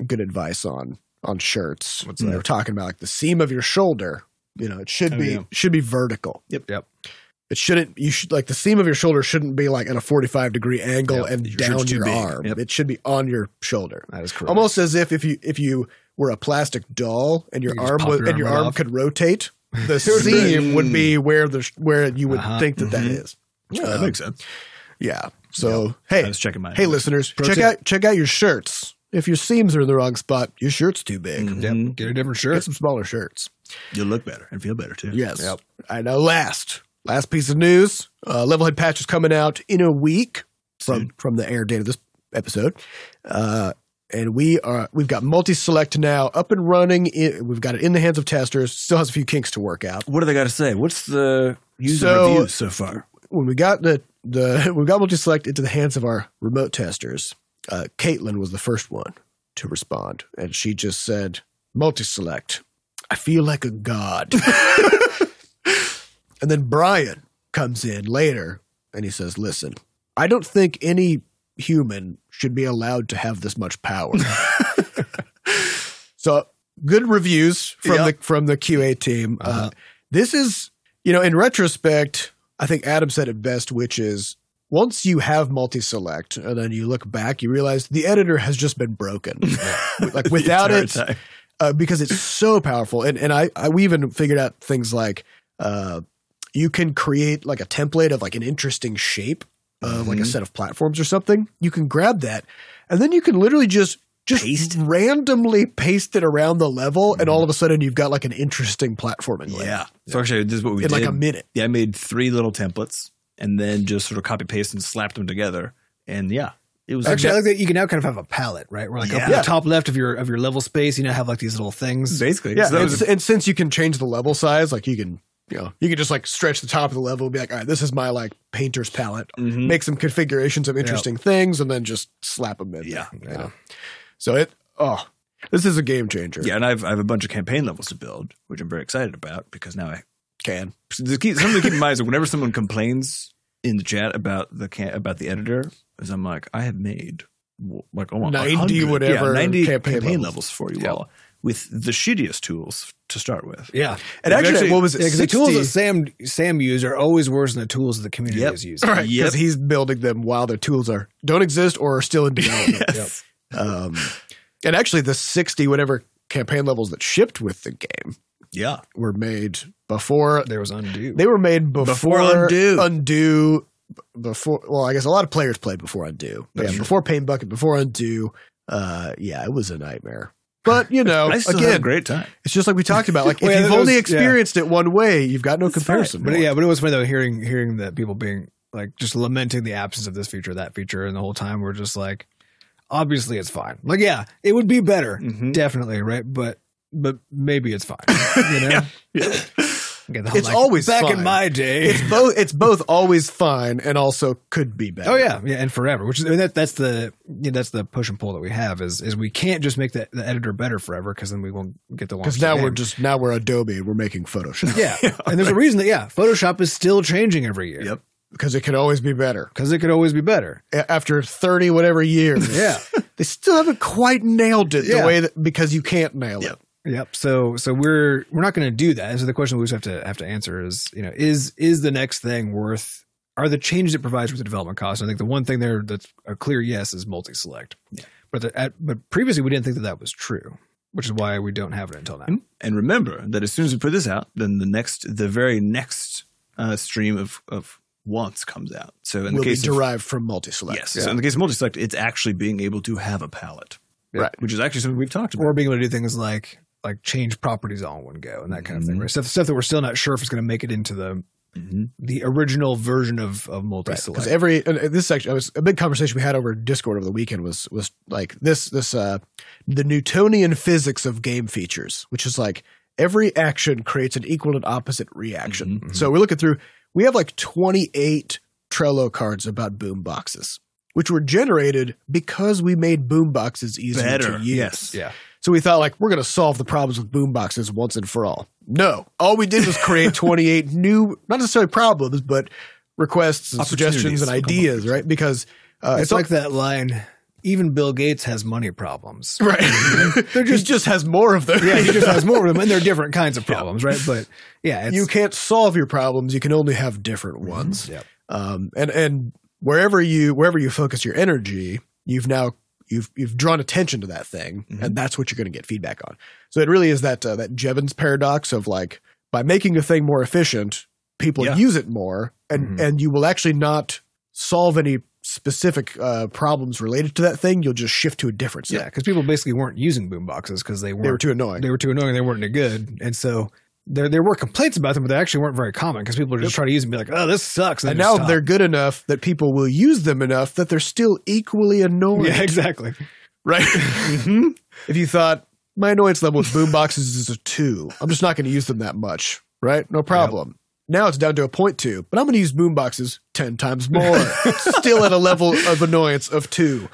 Speaker 2: good advice on on shirts.
Speaker 3: What's
Speaker 2: They
Speaker 3: that?
Speaker 2: were talking about like the seam of your shoulder. You know, it should
Speaker 1: Oh,
Speaker 2: be
Speaker 1: yeah.
Speaker 2: should be vertical.
Speaker 1: Yep.
Speaker 3: Yep.
Speaker 2: It shouldn't. You should like the seam of your shoulder shouldn't be like at a forty five degree angle
Speaker 3: Yep.
Speaker 2: and
Speaker 1: Your
Speaker 2: down
Speaker 1: shirt's too
Speaker 2: your
Speaker 1: big.
Speaker 2: arm.
Speaker 1: Yep.
Speaker 2: It should be on your shoulder,
Speaker 3: That is correct.
Speaker 2: almost as if if you if you were a plastic doll and your
Speaker 3: You could just
Speaker 2: arm
Speaker 3: pop
Speaker 2: was,
Speaker 3: your
Speaker 2: and
Speaker 3: arm
Speaker 2: your
Speaker 3: right
Speaker 2: arm
Speaker 3: off.
Speaker 2: could rotate. The
Speaker 3: would be-
Speaker 2: seam would be where the sh- where you would
Speaker 3: Uh-huh.
Speaker 2: think that that
Speaker 1: Mhm.
Speaker 2: is.
Speaker 1: Yeah, that
Speaker 2: Um,
Speaker 1: makes sense.
Speaker 2: Yeah. So
Speaker 1: I
Speaker 2: hey,
Speaker 1: was checking my.
Speaker 2: Hey, listeners, check
Speaker 3: tip.
Speaker 2: out check out your shirts. If your seams are in the wrong spot, your shirt's too big.
Speaker 1: Mhm.
Speaker 3: Yep. Get a different
Speaker 2: Get
Speaker 3: shirt.
Speaker 2: some smaller shirts.
Speaker 1: You'll look better and feel better too.
Speaker 2: Yes,
Speaker 3: Yep.
Speaker 2: I know. Last last piece of news: uh, Levelhead patch is coming out in a week from
Speaker 1: Soon.
Speaker 2: from the air date of this episode, uh, and we are we've got multi select now up and running. It, we've got it in the hands of testers. Still has a few kinks to work out.
Speaker 1: What do they got to say? What's the user
Speaker 2: So-
Speaker 1: reviews so far?
Speaker 2: when we got the the we got multi-select into the hands of our remote testers. Uh, Caitlin was the first one to respond, and she just said, "Multi-select, I feel like a god." and then Brian comes in later, and he says, "Listen, I don't think any human should be allowed to have this much power." so good reviews from
Speaker 1: Yeah.
Speaker 2: the from the QA team.
Speaker 3: Uh-huh.
Speaker 2: Uh, this is, you know, in retrospect, I think Adam said it best, which is once you have multi-select and then you look back, you realize the editor has just been broken. like without
Speaker 1: The
Speaker 2: it,
Speaker 1: entire time.
Speaker 2: uh, because it's so powerful. And and I, I we even figured out things like uh, you can create like a template of like an interesting shape of like a
Speaker 1: Mhm.
Speaker 2: set of platforms or something. You can grab that, and then you can literally just just
Speaker 1: Paste? Mm-hmm.
Speaker 2: randomly paste it around the level, and all of a sudden you've got like an interesting platforming layer
Speaker 1: Yeah. So actually, this is what we
Speaker 2: in
Speaker 1: did.
Speaker 2: like a minute.
Speaker 1: yeah, I made three little templates and then just sort of copy paste and slapped them together. And yeah, it was
Speaker 3: Actually, I like that you can now kind of have a palette, right? Where like up in
Speaker 2: Yeah.
Speaker 3: the top left of your of your level space, you now have like these little things.
Speaker 1: basically.
Speaker 2: Yeah,
Speaker 1: So that
Speaker 2: and,
Speaker 1: was
Speaker 2: s- and since you can change the level size, like you can. You know, you can just like stretch the top of the level and be like, all right, this is my like painter's palette.
Speaker 1: Mhm.
Speaker 2: Make some configurations of interesting things and then just slap them in. there.
Speaker 1: yeah.
Speaker 2: you know. So it oh, this is a game changer.
Speaker 1: Yeah, and I've I have a bunch of campaign levels to build, which I'm very excited about because now I
Speaker 2: Can
Speaker 1: the key, something to keep in mind is that whenever someone complains in the chat about the can, about the editor, is I'm like I have made w- like almost
Speaker 2: 90
Speaker 1: 100, yeah,
Speaker 2: whatever
Speaker 1: 90
Speaker 2: campaign
Speaker 1: campaign, levels.
Speaker 2: levels.
Speaker 1: for you all with the shittiest tools to start with.
Speaker 3: Yeah,
Speaker 2: and
Speaker 1: We've
Speaker 2: actually,
Speaker 1: actually-
Speaker 2: what was it?
Speaker 3: because the
Speaker 2: 60
Speaker 3: tools that Sam Sam used are always worse than the tools that the community
Speaker 1: Yep.
Speaker 3: is using.
Speaker 2: Right, because
Speaker 1: Yep.
Speaker 2: he's building them while their tools are don't exist or are still in development.
Speaker 1: Yes.
Speaker 2: um, and actually, the sixty whatever campaign levels that shipped with the game
Speaker 1: Yeah.
Speaker 2: were made before
Speaker 3: There was undo.
Speaker 2: they were made before,
Speaker 1: Before Undo.
Speaker 2: Undo, b- before well, I guess a lot of players played before Undo.
Speaker 1: That's
Speaker 2: yeah,
Speaker 1: true.
Speaker 2: before Pain Bucket, before Undo. Uh, yeah, it was a nightmare. But you know,
Speaker 1: I still had a
Speaker 2: Oh, again,
Speaker 1: great time.
Speaker 2: It's just like we talked about. Like
Speaker 3: Well,
Speaker 2: if
Speaker 3: yeah,
Speaker 2: you've
Speaker 3: that
Speaker 2: only
Speaker 3: was-
Speaker 2: experienced it one way, you've got no comparison.
Speaker 3: But yeah, but it was funny though hearing hearing that people being like just lamenting the absence of this feature, that feature, and the whole time we're just like, obviously it's fine. Like yeah, it would be better,
Speaker 1: Mhm.
Speaker 3: definitely, right? But but maybe it's fine. You know, Get the whole,
Speaker 2: It's always
Speaker 3: back
Speaker 2: fine.
Speaker 3: in my day.
Speaker 2: it's both. It's both always fine and also could be better.
Speaker 3: Oh yeah, yeah, and forever. Which is I mean, that that's the you know, that's the push and pull that we have is is we can't just make the, the editor better forever because then we won't get the
Speaker 2: because now we're just now we're Adobe. We're making Photoshop
Speaker 3: yeah, and there's a reason that yeah, Photoshop is still changing every year.
Speaker 1: Yep.
Speaker 2: because it could always be better.
Speaker 3: Because it could always be better.
Speaker 2: A- After thirty whatever years,
Speaker 3: Yeah.
Speaker 2: they still haven't quite nailed it the
Speaker 3: Yeah.
Speaker 2: way that because you can't nail it.
Speaker 1: Yep.
Speaker 3: Yep. So so we're we're not going to do that. And so the question we just have to have to answer is you know is is the next thing worth are the changes it provides with the development cost? And I think the one thing there that's a clear yes is multi select.
Speaker 1: Yeah.
Speaker 3: But the, at, but previously we didn't think that that was true, which is why we don't have it until now.
Speaker 1: And remember that as soon as we put this out, then the next, the very next uh, stream of of wants comes out. So in
Speaker 2: will
Speaker 1: the
Speaker 2: be
Speaker 1: case of
Speaker 2: derived from multi-select.
Speaker 1: yes, so in the case of multi-select, it's actually being able to have a palette,
Speaker 2: Right.
Speaker 1: Which is actually something we've talked about.
Speaker 3: or being able to do things like like change properties all in one go and that kind of thing.
Speaker 1: Mhm.
Speaker 3: Right? Stuff stuff that we're still not sure if it's going to make it into the
Speaker 1: Mhm.
Speaker 3: the original version of of multi
Speaker 2: because
Speaker 3: select.
Speaker 2: every and this actually was a big conversation we had over Discord over the weekend was was like this this uh the Newtonian physics of game features, which is like every action creates an equal and opposite reaction.
Speaker 3: Mm-hmm.
Speaker 1: Mhm, mhm.
Speaker 2: So we're looking through we have like 28 Trello cards about boom boxes, which were generated because we made boom boxes easier
Speaker 1: Better,
Speaker 2: to use.
Speaker 1: yes,
Speaker 3: yeah.
Speaker 2: So we thought like we're going to solve the problems with boom boxes once and for all. No, all we did was create 28 new, not necessarily problems, but requests and suggestions
Speaker 1: Opportunities.
Speaker 2: and ideas, right? Because uh,
Speaker 3: it's,
Speaker 2: it's,
Speaker 3: like that line. Even Bill Gates has money problems.
Speaker 2: all- right. They're just, just has more of them.
Speaker 3: Yeah, he just has more of them, and they're different kinds of problems, right? But yeah, it's,
Speaker 2: you can't solve your problems; you can only have different ones.
Speaker 3: Yep.
Speaker 2: Um, and and wherever you wherever you focus your energy, you've now you've you've drawn attention to that thing,
Speaker 3: Mm-hmm.
Speaker 1: Mhm.
Speaker 2: and that's what you're going to get feedback on. So it really is that uh, that Jevons paradox of like by making a thing more efficient, people
Speaker 1: Yeah.
Speaker 2: use it more, and
Speaker 3: Mhm.
Speaker 2: and you will actually not solve any specific uh, problems related to that thing. You'll just shift to a different
Speaker 3: yeah,
Speaker 2: set.
Speaker 3: because people basically weren't using boom boxes because they
Speaker 2: They were
Speaker 3: weren't
Speaker 2: too annoying.
Speaker 3: they were too annoying, they weren't any good, and so. There, there were complaints about them, but they actually weren't very common because people would just try to use them and be like, oh, this sucks.
Speaker 2: and
Speaker 3: they
Speaker 2: now
Speaker 3: just stop.
Speaker 2: they're good enough that people will use them enough that they're still equally annoying.
Speaker 3: Yeah, exactly.
Speaker 2: right?
Speaker 1: Mm-hmm.
Speaker 2: If you thought my annoyance level with boom boxes is a two, I'm just not going to use them that much, right? No problem. Now it's down to a point two, but I'm going to use boomboxes 10 times more. Still at a level of annoyance of two.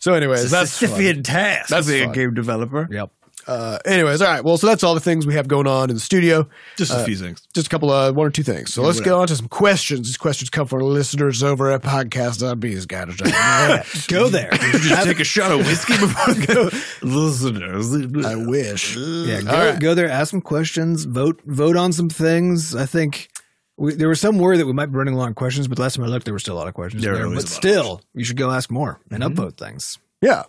Speaker 2: So, anyways,
Speaker 1: It's a
Speaker 2: that's fun.
Speaker 1: Sisyphean task.
Speaker 2: That's
Speaker 1: being a
Speaker 2: fun.
Speaker 1: game developer.
Speaker 3: Yep.
Speaker 2: Uh, anyways, all right. Well, so that's all the things we have going on in the studio.
Speaker 1: Just a few things.
Speaker 2: Just a couple of one or two things. So let's get on to some questions. These questions come from listeners over at podcast.bsguiders.net.
Speaker 3: Go there.
Speaker 1: Did you just take a shot of whiskey before we go? Listeners.
Speaker 2: I wish.
Speaker 3: Yeah, go,
Speaker 2: All right.
Speaker 3: go there, ask some questions, vote vote on some things. I think we, there was some worry that we might be running low on questions, but last time I looked, there were still a lot of questions
Speaker 1: There are
Speaker 3: there.
Speaker 1: always
Speaker 3: But
Speaker 1: a lot of
Speaker 3: still, you should go ask more and
Speaker 2: Mm-hmm.
Speaker 3: upvote things.
Speaker 2: Yeah.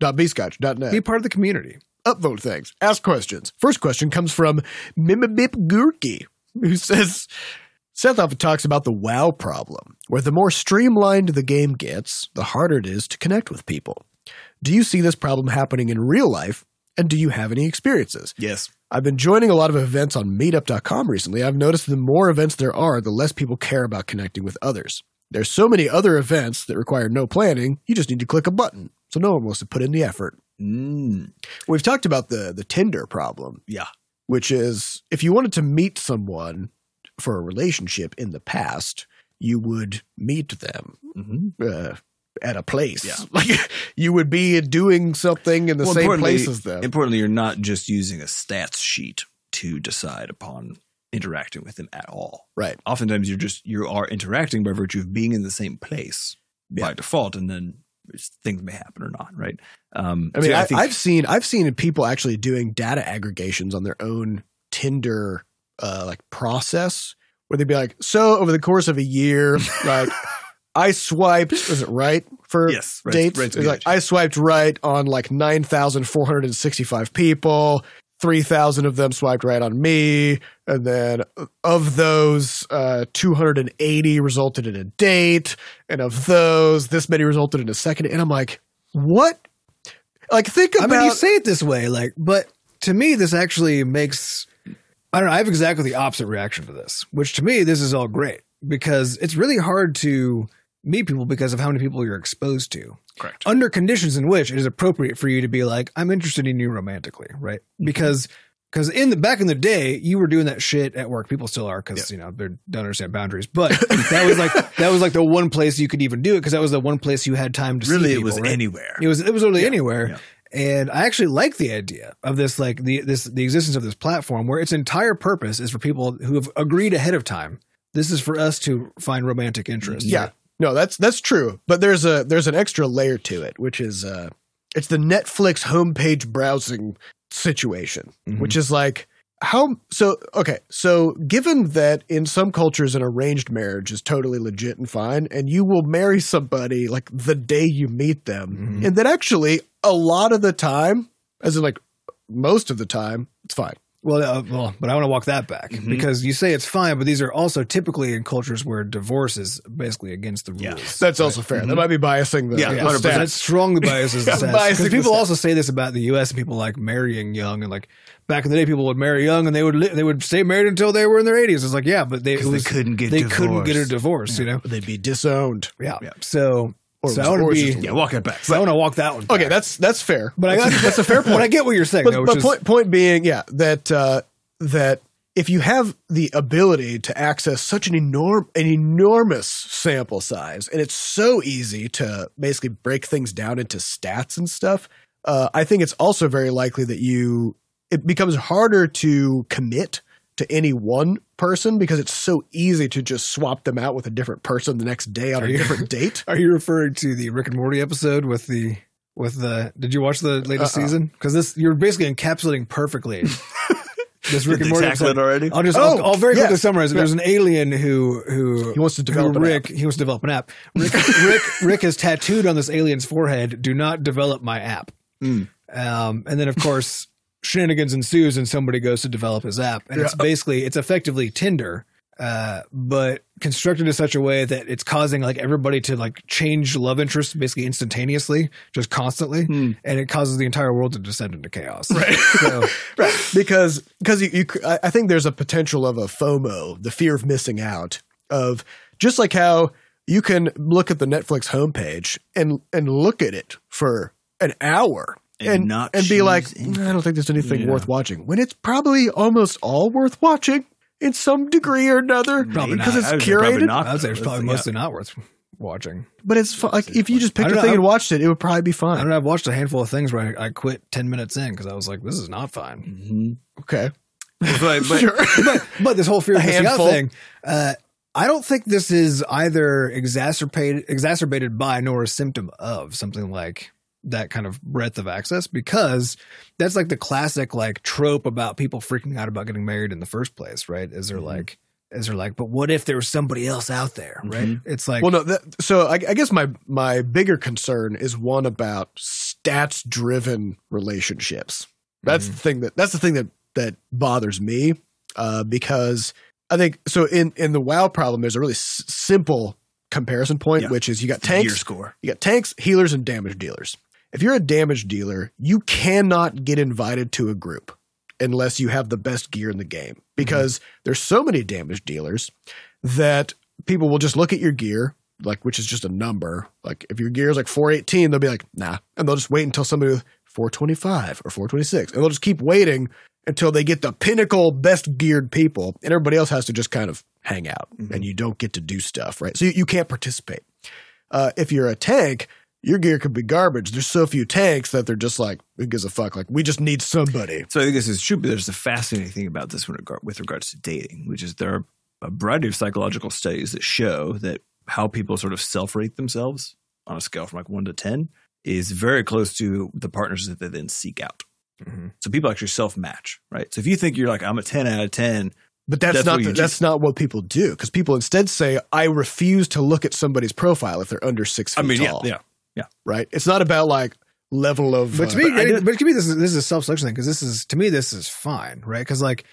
Speaker 2: Podcast.bscotch.net.
Speaker 3: Be part of the community.
Speaker 2: Upvote things. Ask questions. First question comes from Mimibip Gurki, who says Seth often talks about the wow problem, where the more streamlined the game gets, the harder it is to connect with people. Do you see this problem happening in real life? And do you have any experiences?
Speaker 1: Yes.
Speaker 2: I've been joining a lot of events on meetup.com recently. I've noticed the more events there are, the less people care about connecting with others. There's so many other events that require no planning, you just need to click a button. So no one wants to put in the effort.
Speaker 1: Mm.
Speaker 2: We've talked about the the Tinder problem.
Speaker 1: Yeah.
Speaker 2: Which is if you wanted to meet someone for a relationship in the past, you would meet them
Speaker 1: hmm
Speaker 2: uh, at a place.
Speaker 1: Yeah.
Speaker 2: Like you would be doing something in the
Speaker 1: Well,
Speaker 2: same
Speaker 1: importantly,
Speaker 2: place as them.
Speaker 1: Importantly, you're not just using a stats sheet to decide upon interacting with them at all.
Speaker 2: Right.
Speaker 1: Oftentimes, you're just you are interacting by virtue of being in the same place by default, and then things may happen or not. Right. Um,
Speaker 2: I mean,
Speaker 1: so
Speaker 2: I I, have seen I've seen people actually doing data aggregations on their own Tinder uh, like process where they'd be like, so over the course of a year, like I swiped, was it right for
Speaker 1: yes, right,
Speaker 2: dates?
Speaker 1: right,
Speaker 2: It's like I swiped right on like nine thousand four hundred and sixty-five people. Three thousand of them swiped right on me, and then of those, uh, two hundred and eighty resulted in a date, and of those, this many resulted in a second. And I'm like, what? Like, think
Speaker 3: I
Speaker 2: about.
Speaker 3: mean, you say it this way, like, but to me, this actually makes I don't know. I have exactly the opposite reaction to this, which to me, this is all great because it's really hard to meet people because of how many people you're exposed to.
Speaker 1: correct.
Speaker 3: under conditions in which it is appropriate for you to be like, I'm interested in you romantically, right?
Speaker 1: Mm-hmm.
Speaker 3: Because because in the back in the day, you were doing that shit at work. People still are because you know they don't understand boundaries. But that was like that was like the one place you could even do it because that was the one place you had time to see
Speaker 1: Really, it
Speaker 3: people,
Speaker 1: was
Speaker 3: right?
Speaker 1: anywhere.
Speaker 3: It was it was literally anywhere.
Speaker 1: yeah.
Speaker 3: And I actually like the idea of this, like the this the existence of this platform, where its entire purpose is for people who have agreed ahead of time. This is for us to find romantic interest.
Speaker 2: yeah, no, that's that's true. But there's a there's an extra layer to it, which is uh, it's the Netflix homepage browsing situation,
Speaker 3: Mhm.
Speaker 2: which is like how so okay so given that in some cultures an arranged marriage is totally legit and fine and you will marry somebody like the day you meet them
Speaker 3: Mhm.
Speaker 2: and that actually a lot of the time as in like most of the time it's fine
Speaker 3: Well, uh, well, but I want to walk that back
Speaker 2: Mm-hmm.
Speaker 1: Mhm.
Speaker 3: because you say it's fine, but these are also typically in cultures where divorce is basically against the rules.
Speaker 1: Yeah.
Speaker 2: that's also fair that might be biasing the,
Speaker 1: Yeah,
Speaker 2: the
Speaker 3: Mm-hmm. Yeah,
Speaker 1: 100%.
Speaker 3: so
Speaker 2: stats.
Speaker 3: that strongly biases the
Speaker 2: Yeah,
Speaker 3: stats.
Speaker 2: biasing
Speaker 3: 'Cause
Speaker 2: the
Speaker 3: people
Speaker 2: stats.
Speaker 3: also say this about the U.S. and people like marrying young and like back in the day, people would marry young and they would li- they would stay married until they were in their 80s. It's like yeah, but they, it
Speaker 1: 'Cause
Speaker 3: was-
Speaker 1: they couldn't get
Speaker 3: they
Speaker 1: divorced.
Speaker 3: couldn't get a divorce, you know.
Speaker 2: they'd be disowned
Speaker 3: Yeah.
Speaker 1: Yeah.
Speaker 3: So,
Speaker 2: Or
Speaker 3: so
Speaker 2: was- or
Speaker 3: I want
Speaker 2: was
Speaker 3: to
Speaker 2: just-
Speaker 3: be.
Speaker 1: yeah, walk it back.
Speaker 3: so I want to walk that one.
Speaker 2: okay
Speaker 3: back.
Speaker 2: that's that's fair
Speaker 3: but I got that's a fair point. But I get what you're saying.
Speaker 2: but,
Speaker 3: though,
Speaker 2: but
Speaker 3: which is-
Speaker 2: point point being, yeah, that uh, that if you have the ability to access such an enorm an enormous sample size, and it's so easy to basically break things down into stats and stuff, uh, I think it's also very likely that you it becomes harder to commit to any one person because it's so easy to just swap them out with a different person the next day on
Speaker 3: Are
Speaker 2: a
Speaker 3: you-
Speaker 2: different date.
Speaker 3: Are you referring to the Rick and Morty episode with the with the? Did you watch the latest
Speaker 2: Uh-uh.
Speaker 3: season? Because this you're basically encapsulating perfectly this
Speaker 1: Did
Speaker 3: Rick
Speaker 1: they
Speaker 3: and Morty
Speaker 1: tackle it
Speaker 3: episode.
Speaker 1: already?
Speaker 3: I'll just I'll,
Speaker 2: Oh,
Speaker 3: I'll very quickly
Speaker 2: yes.
Speaker 3: summarize. it. There's an alien who who
Speaker 2: He wants to develop
Speaker 3: who
Speaker 2: an
Speaker 3: Rick. He wants to develop an app. Rick Rick Rick has tattooed on this alien's forehead. Do not develop my app.
Speaker 1: Mm.
Speaker 3: Um, and then of course shenanigans ensues, and somebody goes to develop his app, and it's basically it's effectively Tinder uh, but constructed in such a way that it's causing like everybody to like change love interests basically instantaneously, just constantly,
Speaker 1: Hmm.
Speaker 3: and it causes the entire world to descend into chaos. Right. So,
Speaker 2: right because because you, you c- I I think there's a potential of a FOMO, the fear of missing out, of just like how you can look at the Netflix homepage and and look at it for an hour
Speaker 1: And
Speaker 2: and
Speaker 1: not
Speaker 2: and be
Speaker 1: choose
Speaker 2: like,
Speaker 1: anything.
Speaker 2: "Mm, I don't think there's anything
Speaker 1: Yeah.
Speaker 2: worth watching when it's probably almost all worth watching. in some degree or another
Speaker 3: Probably not.
Speaker 2: because it's
Speaker 1: I would say probably
Speaker 2: curated.
Speaker 1: not,
Speaker 3: I would say it's
Speaker 1: though.
Speaker 3: probably
Speaker 1: Yeah.
Speaker 3: mostly not worth watching.
Speaker 2: But it's fu- like if you just
Speaker 3: I
Speaker 2: picked
Speaker 3: don't
Speaker 2: a
Speaker 3: know,
Speaker 2: thing
Speaker 3: I-
Speaker 2: and watched it, it would probably be
Speaker 3: I don't
Speaker 2: fine.
Speaker 3: know. I've watched a handful of things where I, I quit ten minutes in because I was like, this is not fun.
Speaker 1: Mhm.
Speaker 2: Okay,
Speaker 1: But- but-
Speaker 2: sure.
Speaker 3: But this whole fear of
Speaker 2: A
Speaker 3: missing out
Speaker 2: handful.
Speaker 3: thing, uh, I don't think this is either exacerbated exacerbated by nor a symptom of something like that kind of breadth of access because that's like the classic like trope about people freaking out about getting married in the first place, right? Is there
Speaker 2: Mm-hmm.
Speaker 1: Mhm.
Speaker 3: like is there like, but what if there was somebody else out there, right?
Speaker 1: Mhm.
Speaker 3: It's like
Speaker 2: well, no. That, so I, I guess my my bigger concern is one about stats driven relationships. That's
Speaker 3: Mm-hmm.
Speaker 2: the thing that that's the thing that that bothers me uh, because I think so. In in the WoW problem, there's a really s- simple comparison point,
Speaker 1: Yeah.
Speaker 2: which is you got
Speaker 1: Year
Speaker 2: tanks,
Speaker 1: score.
Speaker 2: you got tanks, healers, and damage dealers. If you're a damage dealer, you cannot get invited to a group unless you have the best gear in the game because there's so many damage dealers that people will just look at your gear, like which is just a number. Like if your gear is like 418, they'll be like, nah, and they'll just wait until somebody with 425 or 426, and they'll just keep waiting until they get the pinnacle best geared people, and everybody else has to just kind of hang out,
Speaker 1: Mhm.
Speaker 2: and you don't get to do stuff, right? So you, you can't participate. Uh, if you're a tank. Your gear could be garbage. There's so few tanks that they're just like, who gives a fuck? Like, we just need somebody.
Speaker 1: So I think this is true, but there's a fascinating thing about this when regard, with regards to dating, which is there are a variety of psychological studies that show that how people sort of self rate themselves on a scale from like one to 10 is very close to the partners that they then seek out.
Speaker 3: Mhm.
Speaker 1: So people actually self match, right? So if you think you're like, I'm a 10 out of 10,
Speaker 2: But that's,
Speaker 1: That's
Speaker 2: not
Speaker 1: what you
Speaker 2: the,
Speaker 1: do.
Speaker 2: that's not what people do because people instead say, "I refuse to look at somebody's profile if they're under six
Speaker 1: I
Speaker 2: feet
Speaker 1: mean, yeah,
Speaker 2: tall."
Speaker 1: yeah.
Speaker 2: Right? It's not about like level of.
Speaker 3: But to
Speaker 2: uh,
Speaker 3: me,
Speaker 1: I did-
Speaker 3: but to me, this is this is a self selection thing because this is to me this is fine, right? Because like,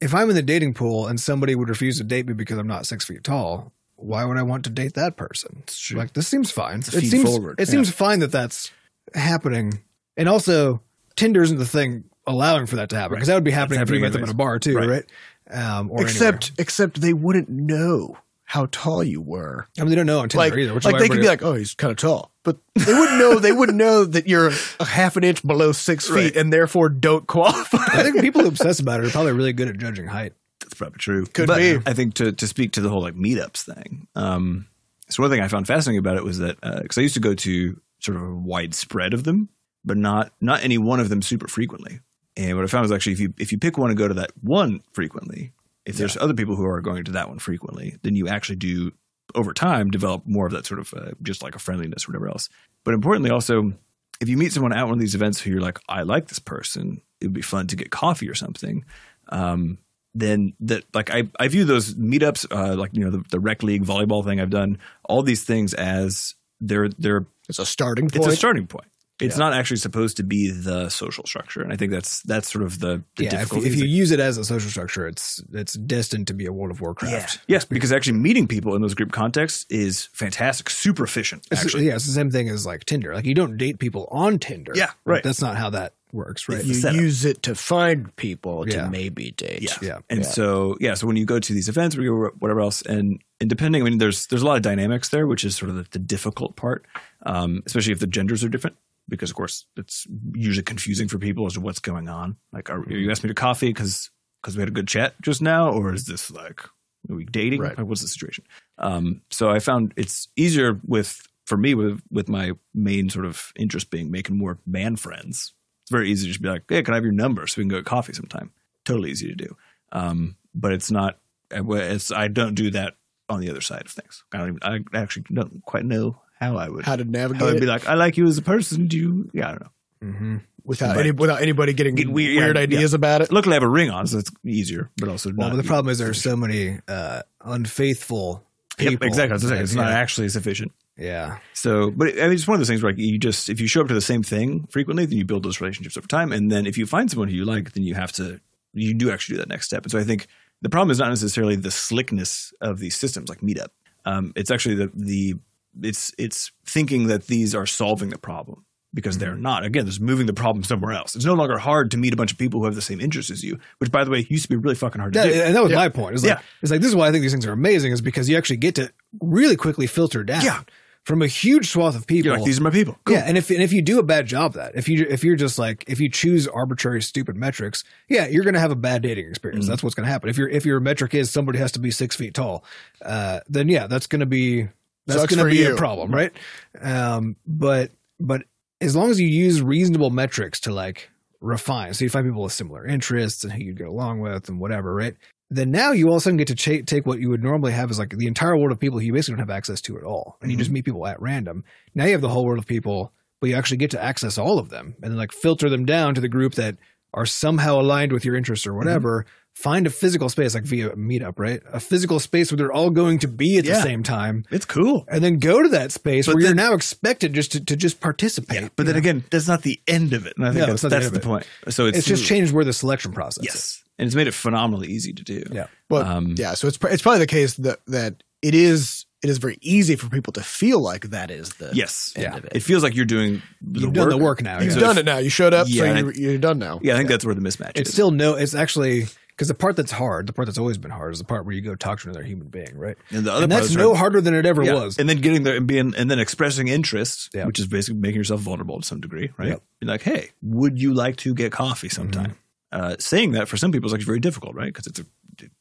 Speaker 3: if I'm in the dating pool and somebody would refuse to date me because I'm not six feet tall, why would I want to date that person? Like, this seems fine.
Speaker 1: a
Speaker 3: it
Speaker 1: feed
Speaker 3: seems
Speaker 1: forward,
Speaker 3: it
Speaker 1: yeah.
Speaker 3: seems fine that that's happening, and also Tinder isn't the thing allowing for that to happen because that would be happening if you
Speaker 1: happening
Speaker 3: met them at a
Speaker 1: anyways.
Speaker 3: bar too, right?
Speaker 1: Right.
Speaker 3: Um, or
Speaker 2: except except they wouldn't know how tall you were.
Speaker 3: anywhere. I mean, they don't know on Tinder
Speaker 2: Like,
Speaker 3: either. Which
Speaker 2: like
Speaker 3: is why
Speaker 2: they could
Speaker 3: everybody-
Speaker 2: be like, "Oh, he's kind of tall," but they wouldn't know. They wouldn't know that you're a half an inch below six feet
Speaker 1: Right.
Speaker 2: and therefore don't
Speaker 3: I
Speaker 2: qualify.
Speaker 3: think people who obsess about it are probably really good at judging height.
Speaker 1: That's probably true.
Speaker 2: Could
Speaker 1: but
Speaker 2: be.
Speaker 1: I think to, to speak to the whole like meetups thing. Um, so one thing I found fascinating about it was that because I used to go to sort of a widespread of them, but not not any one of them super frequently. And what I found was actually if you if you pick one and go to that one frequently, if there's other people who are going to that one frequently, then you actually do over time develop more of that sort of uh, just like a friendliness or whatever else. But importantly, also if you meet someone at one of these events who you're like, I like this person, it would be fun to get coffee or something. Um, then that like I, I view those meetups uh, like you know the, the rec league volleyball thing I've done all these things as they're they're
Speaker 2: it's a starting
Speaker 1: it's
Speaker 2: point.
Speaker 1: a starting point. It's not actually supposed to be the social structure, and I think that's that's sort of the, the
Speaker 3: yeah, if,
Speaker 1: difficulty.
Speaker 3: if you use it as a social structure, it's it's destined to be a World of Warcraft.
Speaker 1: yes, because actually meeting people in those group contexts is fantastic, super efficient.
Speaker 3: It's-
Speaker 1: Actually,
Speaker 3: yeah, it's the same thing as like Tinder. Like you don't date people on Tinder.
Speaker 1: Yeah, right.
Speaker 3: That's not how that works, right?
Speaker 2: You
Speaker 1: setup.
Speaker 2: use it to find people
Speaker 3: Yeah.
Speaker 2: to maybe date.
Speaker 1: Yeah.
Speaker 3: yeah.
Speaker 1: And
Speaker 2: Yeah.
Speaker 1: so yeah, so when you go to these events or you go whatever else, and and depending, I mean, there's there's a lot of dynamics there, which is sort of the, the difficult part, um, especially if the genders are different, because of course it's usually confusing for people as to what's going on. Like, are, are you asking me to coffee because we had a good chat just now, or is this like are we dating?
Speaker 2: Right.
Speaker 1: Like, what's the situation? Um, so I found it's easier with for me with with my main sort of interest being making more man friends. It's very easy to just be like, hey, can I have your number so we can go get coffee sometime? Totally easy to do. Um, but it's not. uh, It's I don't do that on the other side of things. I don't even. I actually don't quite know how I would.
Speaker 2: How to navigate
Speaker 1: I would
Speaker 2: it.
Speaker 1: be like, I like you as a person. Do you? Yeah, I don't know.
Speaker 3: Mm-hmm.
Speaker 2: without
Speaker 1: But-
Speaker 2: any, without anybody getting
Speaker 1: Get
Speaker 2: weird,
Speaker 1: weird- yeah,
Speaker 2: ideas about it.
Speaker 1: Luckily, I have a ring on, so it's easier. But also,
Speaker 3: Well,
Speaker 1: not
Speaker 3: but the problem is there are so many uh, unfaithful
Speaker 1: Yep,
Speaker 3: people.
Speaker 1: exactly. That's what I'm saying. It's not
Speaker 3: Yeah.
Speaker 1: actually sufficient.
Speaker 3: Yeah.
Speaker 1: So, but I mean, it's one of those things where like, you just if you show up to the same thing frequently, then you build those relationships over time, and then if you find someone who you like, then you have to you do actually do that next step. And so I think the problem is not necessarily the slickness of these systems like Meetup. Um, it's actually the the it's it's thinking that these are solving the problem because they're not. Again, there's moving the problem somewhere else. It's no longer hard to meet a bunch of people who have the same interests as you, which by the way used to be really fucking hard to
Speaker 3: That-
Speaker 1: do.
Speaker 3: and that was
Speaker 2: Yeah.
Speaker 3: my point. It's like,
Speaker 1: Yeah.
Speaker 3: it's like this is why I think these things are amazing is because you actually get to really quickly filter down
Speaker 1: Yeah.
Speaker 3: from a huge swath of people.
Speaker 1: You're like, these are my people. Cool.
Speaker 3: Yeah, and if and if you do a bad job of that, if you if you're just like if you choose arbitrary stupid metrics, yeah, you're gonna have a bad dating experience.
Speaker 1: Mhm.
Speaker 3: That's what's gonna happen. If your if your metric is somebody has to be six feet tall, uh, then yeah, that's gonna be that's
Speaker 2: Sucks
Speaker 3: gonna
Speaker 2: for
Speaker 3: be
Speaker 2: you.
Speaker 3: a problem, right? Um, but but as long as you use reasonable metrics to like refine, so you find people with similar interests and who you get along with and whatever, right? Then now you all of a sudden get to cha- take what you would normally have is like the entire world of people who you basically don't have access to at all,
Speaker 2: Mm-hmm.
Speaker 3: and you just meet people at random. Now you have the whole world of people, but you actually get to access all of them and then like filter them down to the group that are somehow aligned with your interests
Speaker 1: Mm-hmm.
Speaker 3: or whatever. Find a physical space like via meetup, right? A physical space where they're all going to be at
Speaker 1: Yeah.
Speaker 3: the same time
Speaker 1: It's cool.
Speaker 3: and then go to that space
Speaker 1: But
Speaker 3: where
Speaker 1: then-
Speaker 3: you're now expected just to, to just participate.
Speaker 1: But then again, that's not the end of it. And I think
Speaker 3: No,
Speaker 1: that's,
Speaker 3: it's not the
Speaker 1: that's
Speaker 3: end
Speaker 1: the,
Speaker 3: of
Speaker 1: point. So it's,
Speaker 3: it's, just changed where the selection process is.
Speaker 1: Yes. And it's made it phenomenally easy to do.
Speaker 3: Yeah.
Speaker 2: Well,
Speaker 1: Um,
Speaker 2: yeah, so it's pr- it's probably the case that that it is it is very easy for people to feel like that is the
Speaker 1: Yes.
Speaker 2: end
Speaker 3: Yeah.
Speaker 2: of it.
Speaker 1: It feels like you're doing the
Speaker 3: You've
Speaker 1: work.
Speaker 3: done the work now.
Speaker 2: You've
Speaker 3: yeah.
Speaker 1: so
Speaker 2: done
Speaker 1: if-
Speaker 2: it now. You showed up,
Speaker 1: Yeah,
Speaker 2: so you're, you're done now.
Speaker 1: Yeah, I think that's where the mismatch
Speaker 3: It's
Speaker 1: is.
Speaker 3: still no, it's actually because the part that's hard, the part that's always been hard is the part where you go talk to another human being, right?
Speaker 1: and the other
Speaker 3: And
Speaker 1: part
Speaker 3: that's
Speaker 1: is
Speaker 3: no
Speaker 1: hard-
Speaker 3: harder than it ever
Speaker 1: Yeah.
Speaker 3: was.
Speaker 1: And then getting there and being and then expressing interest,
Speaker 3: Yeah.
Speaker 1: which is basically making yourself vulnerable to some degree, right?
Speaker 3: Yep. Mm-hmm.
Speaker 1: Being like, hey, would you like to get coffee sometime? Uh, saying that for some people is actually very difficult, right? Because it's a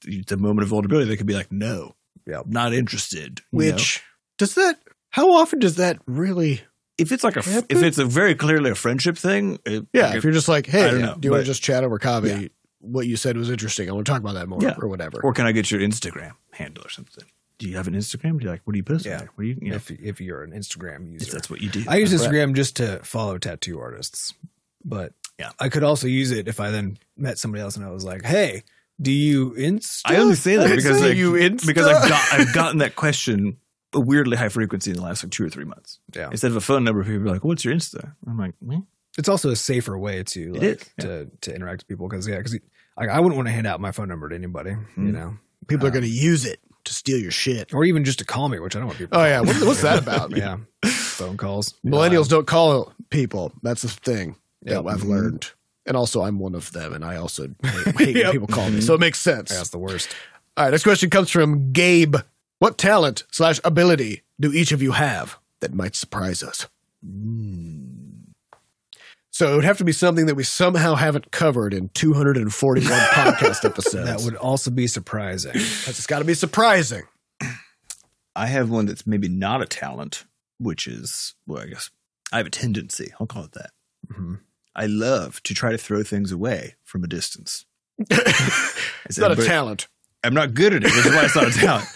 Speaker 1: it's a moment of vulnerability. They could be like, no,
Speaker 3: Yep.
Speaker 1: not interested. you know?
Speaker 2: Which does that? How often does that really?
Speaker 1: if it's like a
Speaker 2: Happen?
Speaker 1: if it's a very clearly a friendship thing, it,
Speaker 2: Yeah,
Speaker 1: like
Speaker 2: if
Speaker 1: it-
Speaker 2: you're just like, hey,
Speaker 1: I don't know,
Speaker 2: do you want
Speaker 1: but-
Speaker 2: to just chat over coffee?
Speaker 1: Yeah.
Speaker 2: What you said was interesting. I want to talk about that more
Speaker 1: Yeah.
Speaker 2: or whatever.
Speaker 1: or can I get your Instagram handle or something? Do you have an Instagram? Do you like what do you post?
Speaker 3: Yeah.
Speaker 1: Like, what do you, you know,
Speaker 3: If, if you're an Instagram
Speaker 1: if
Speaker 3: user,
Speaker 1: that's what you do.
Speaker 3: I use
Speaker 1: Right.
Speaker 3: Instagram just to follow tattoo artists, but
Speaker 1: Yeah.
Speaker 3: I could also use it if I then met somebody else and I was like, hey, do you Insta?
Speaker 1: I only say that because
Speaker 2: Are
Speaker 1: like,
Speaker 2: you Insta?
Speaker 1: because I've got, I've gotten that question a weirdly high frequency in the last like two or three months.
Speaker 3: Yeah.
Speaker 1: Instead of a phone number, people are like, "What's your Insta?" I'm like, "Meh."
Speaker 3: it's also a safer way to like,
Speaker 1: is, yeah.
Speaker 3: to to interact with people because yeah because like I wouldn't want to hand out my phone number to anybody
Speaker 1: Hmm.
Speaker 3: you know
Speaker 2: people are
Speaker 1: um,
Speaker 3: uh,
Speaker 2: going to use it to steal your shit.
Speaker 3: or even just to call me which I don't want
Speaker 1: Uh,
Speaker 3: people
Speaker 2: Oh yeah, what, what's that about?
Speaker 3: yeah phone calls
Speaker 2: Millennials don't call people. That's the thing
Speaker 3: Yeah.
Speaker 2: that I've learned. And also, I'm one of them, and I also hate, hate
Speaker 3: Yep.
Speaker 2: when people call me. So it makes sense.
Speaker 3: Yeah, that's the worst
Speaker 2: All right, next question comes from Gabe. What talent slash ability do each of you have that might surprise us?
Speaker 1: hmm,
Speaker 2: So it would have to be something that we somehow haven't covered in 241 podcast episodes.
Speaker 3: that would also be surprising
Speaker 2: That's got to be surprising.
Speaker 1: I have one that's maybe not a talent, which is well, I guess I have a tendency. I'll call it that.
Speaker 3: Mhm.
Speaker 1: I love to try to throw things away from a distance.
Speaker 2: It's not a talent.
Speaker 1: I'm not good at it, which is why it's not a talent.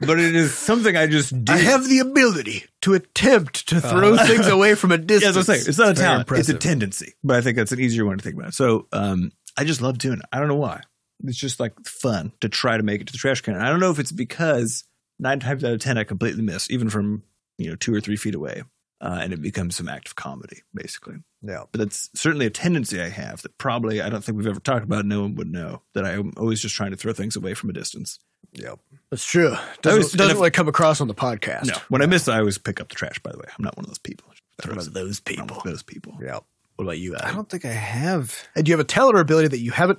Speaker 1: But it is something I just do.
Speaker 2: I have the ability to attempt to throw things away from a
Speaker 1: yeah,
Speaker 2: distance.
Speaker 1: that's what I'm saying. It's not
Speaker 3: It's
Speaker 1: a
Speaker 3: very
Speaker 1: talent.
Speaker 3: impressive.
Speaker 1: It's a tendency. But I think that's an easier one to think about. So um, I just love doing it. I don't know why. It's just like fun to try to make it to the trash can. And I don't know if it's because nine times out of ten I completely miss, even from you know two or three feet away, uh, and it becomes some act of comedy basically.
Speaker 3: yeah
Speaker 1: But that's certainly a tendency I have that probably I don't think we've ever talked about. No one would know that I'm always just trying to throw things away from a distance.
Speaker 3: yeah
Speaker 2: That's true. Doesn't,
Speaker 1: was-
Speaker 2: doesn't
Speaker 1: and if-
Speaker 2: really come across on the podcast.
Speaker 1: No, when I miss, I always pick up the trash. By the way, I'm not one of those people.
Speaker 2: Talk about those
Speaker 1: I'm one
Speaker 2: people.
Speaker 1: of those people.
Speaker 3: yeah
Speaker 2: What about you,
Speaker 3: I
Speaker 2: Adam?
Speaker 3: don't think I have
Speaker 2: And do you have a talent or ability that you haven't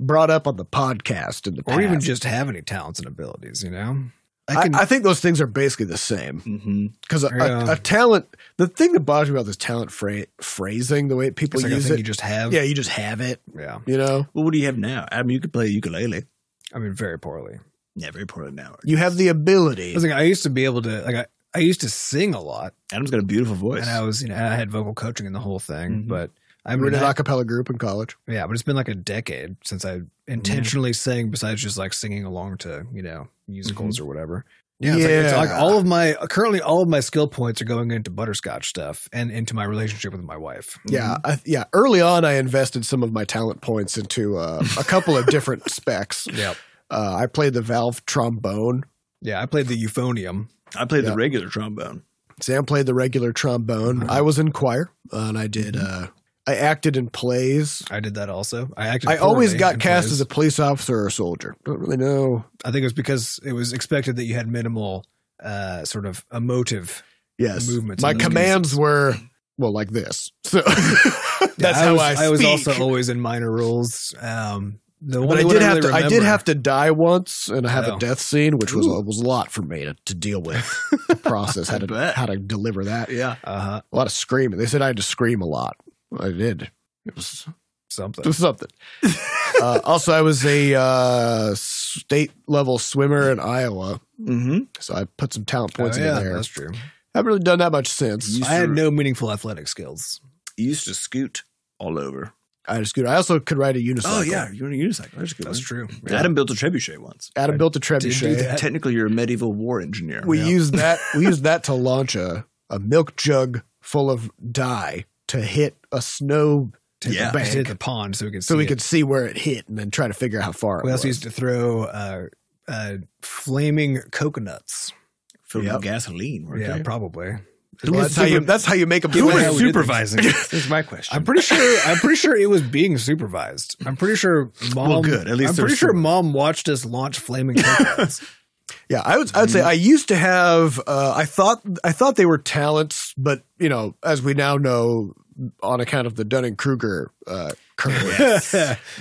Speaker 2: brought up on the podcast in the past?
Speaker 3: or even just have any talents and abilities you know
Speaker 2: I,
Speaker 3: I can
Speaker 2: I think those things are basically the same
Speaker 1: hmm
Speaker 2: because a,
Speaker 3: Yeah.
Speaker 2: a, a talent. The thing that bothers me about this talent phra- phrasing, the way people
Speaker 3: it's like a
Speaker 2: use
Speaker 3: thing
Speaker 2: it.
Speaker 3: you just have
Speaker 2: yeah, you just have it.
Speaker 3: yeah
Speaker 2: You know,
Speaker 1: Well, what do you have now? Adam, you could play ukulele.
Speaker 3: I mean very poorly
Speaker 1: Yeah, very poorly now.
Speaker 2: you have the ability.
Speaker 3: I was like I used to be able to like I, I used to sing a lot
Speaker 1: Adam's got a beautiful voice.
Speaker 3: and I was, you know, I had vocal coaching and the whole thing,
Speaker 1: Mhm.
Speaker 3: but I
Speaker 2: I
Speaker 3: mean,
Speaker 2: were in an
Speaker 3: I-
Speaker 2: a cappella group in college.
Speaker 3: yeah, but it's been like a decade since I intentionally sang besides just like singing along to, you know, musicals or whatever. Mm-hmm. Yeah. It's like, it's like
Speaker 2: Yeah.
Speaker 3: all of my, currently all of my skill points are going into butterscotch stuff and into my relationship with my wife.
Speaker 2: Yeah, I, yeah. Early on, I invested some of my talent points into uh, a couple of different specs.
Speaker 3: Yeah.
Speaker 2: Uh, I played the valve trombone.
Speaker 3: Yeah. I played the euphonium.
Speaker 1: I played
Speaker 2: Yeah.
Speaker 1: the regular trombone.
Speaker 2: Sam played the regular trombone.
Speaker 3: Uh-huh.
Speaker 2: I was in choir, uh, and I did.
Speaker 3: Mm-hmm.
Speaker 2: Uh, I acted in plays.
Speaker 3: I did that also. I acted.
Speaker 2: I always
Speaker 3: poorly in
Speaker 2: got cast
Speaker 3: plays.
Speaker 2: as a police officer or a soldier. Don't really know.
Speaker 3: I think it was because it was expected that you had minimal, uh, sort of emotive.
Speaker 2: Yes,
Speaker 3: Movements
Speaker 2: My
Speaker 3: in those
Speaker 2: commands were well like this. So that's
Speaker 3: Yeah,
Speaker 2: how
Speaker 3: was,
Speaker 2: I. Speak.
Speaker 3: was also always in minor roles. Um, the
Speaker 2: But
Speaker 3: only
Speaker 2: I
Speaker 3: one
Speaker 2: did have
Speaker 3: really
Speaker 2: to. I did
Speaker 3: remember-
Speaker 2: have to die once, and I have
Speaker 3: Oh.
Speaker 2: a death scene, which was
Speaker 3: Ooh.
Speaker 2: a, was a lot for me to, to deal with. the process how
Speaker 1: I
Speaker 2: to
Speaker 1: bet.
Speaker 2: how to deliver that. Yeah,
Speaker 3: uh-huh,
Speaker 2: a lot of screaming. They said I had to scream a lot. I did. It was
Speaker 3: something.
Speaker 2: it was something. uh, also, I was a uh, state level swimmer in Iowa,
Speaker 1: Mm-hmm.
Speaker 2: so I put some talent
Speaker 3: Oh,
Speaker 2: points
Speaker 3: yeah,
Speaker 2: in there.
Speaker 3: that's true.
Speaker 2: haven't really done that much since.
Speaker 1: You- Used
Speaker 3: I had
Speaker 1: to-
Speaker 3: no meaningful athletic skills.
Speaker 1: used to scoot all over.
Speaker 2: I just I also could ride a unicycle.
Speaker 1: Oh yeah, you're on a unicycle. That's a good
Speaker 3: That's
Speaker 1: one.
Speaker 3: true.
Speaker 1: Adam built a trebuchet once.
Speaker 2: Adam
Speaker 3: I
Speaker 2: built a
Speaker 3: didn't do
Speaker 2: trebuchet.
Speaker 3: that.
Speaker 1: Technically, you're a medieval war engineer.
Speaker 2: We
Speaker 3: Yeah.
Speaker 2: used that. We used that to launch a a milk jug full of dye to hit a snow
Speaker 1: Yeah.
Speaker 3: Just hit
Speaker 2: bank,
Speaker 3: the pond so we could
Speaker 2: so
Speaker 3: see
Speaker 2: we
Speaker 3: it.
Speaker 2: could see where it hit and then try to figure out how far.
Speaker 3: We
Speaker 2: it
Speaker 3: also
Speaker 2: was.
Speaker 3: used to throw uh, uh, flaming coconuts.
Speaker 1: filled
Speaker 2: Yep.
Speaker 1: with gasoline. weren't
Speaker 3: Yeah,
Speaker 1: you?
Speaker 3: probably.
Speaker 2: Well, that's how you. That's how you make a
Speaker 1: Who
Speaker 2: plan.
Speaker 1: was
Speaker 3: we did
Speaker 1: supervising? this is my question.
Speaker 3: I'm pretty sure. I'm pretty sure it was being supervised. I'm pretty sure mom.
Speaker 1: Well, good. At least
Speaker 3: I'm
Speaker 1: there
Speaker 3: pretty
Speaker 1: was
Speaker 3: sure
Speaker 1: someone.
Speaker 3: mom watched us launch flaming coconuts.
Speaker 2: Yeah, I would. I would say
Speaker 3: Mm-hmm.
Speaker 2: I used to have. Uh, I thought. I thought they were talents, but you know, as we now know, on account of the Dunning Kruger uh, curve,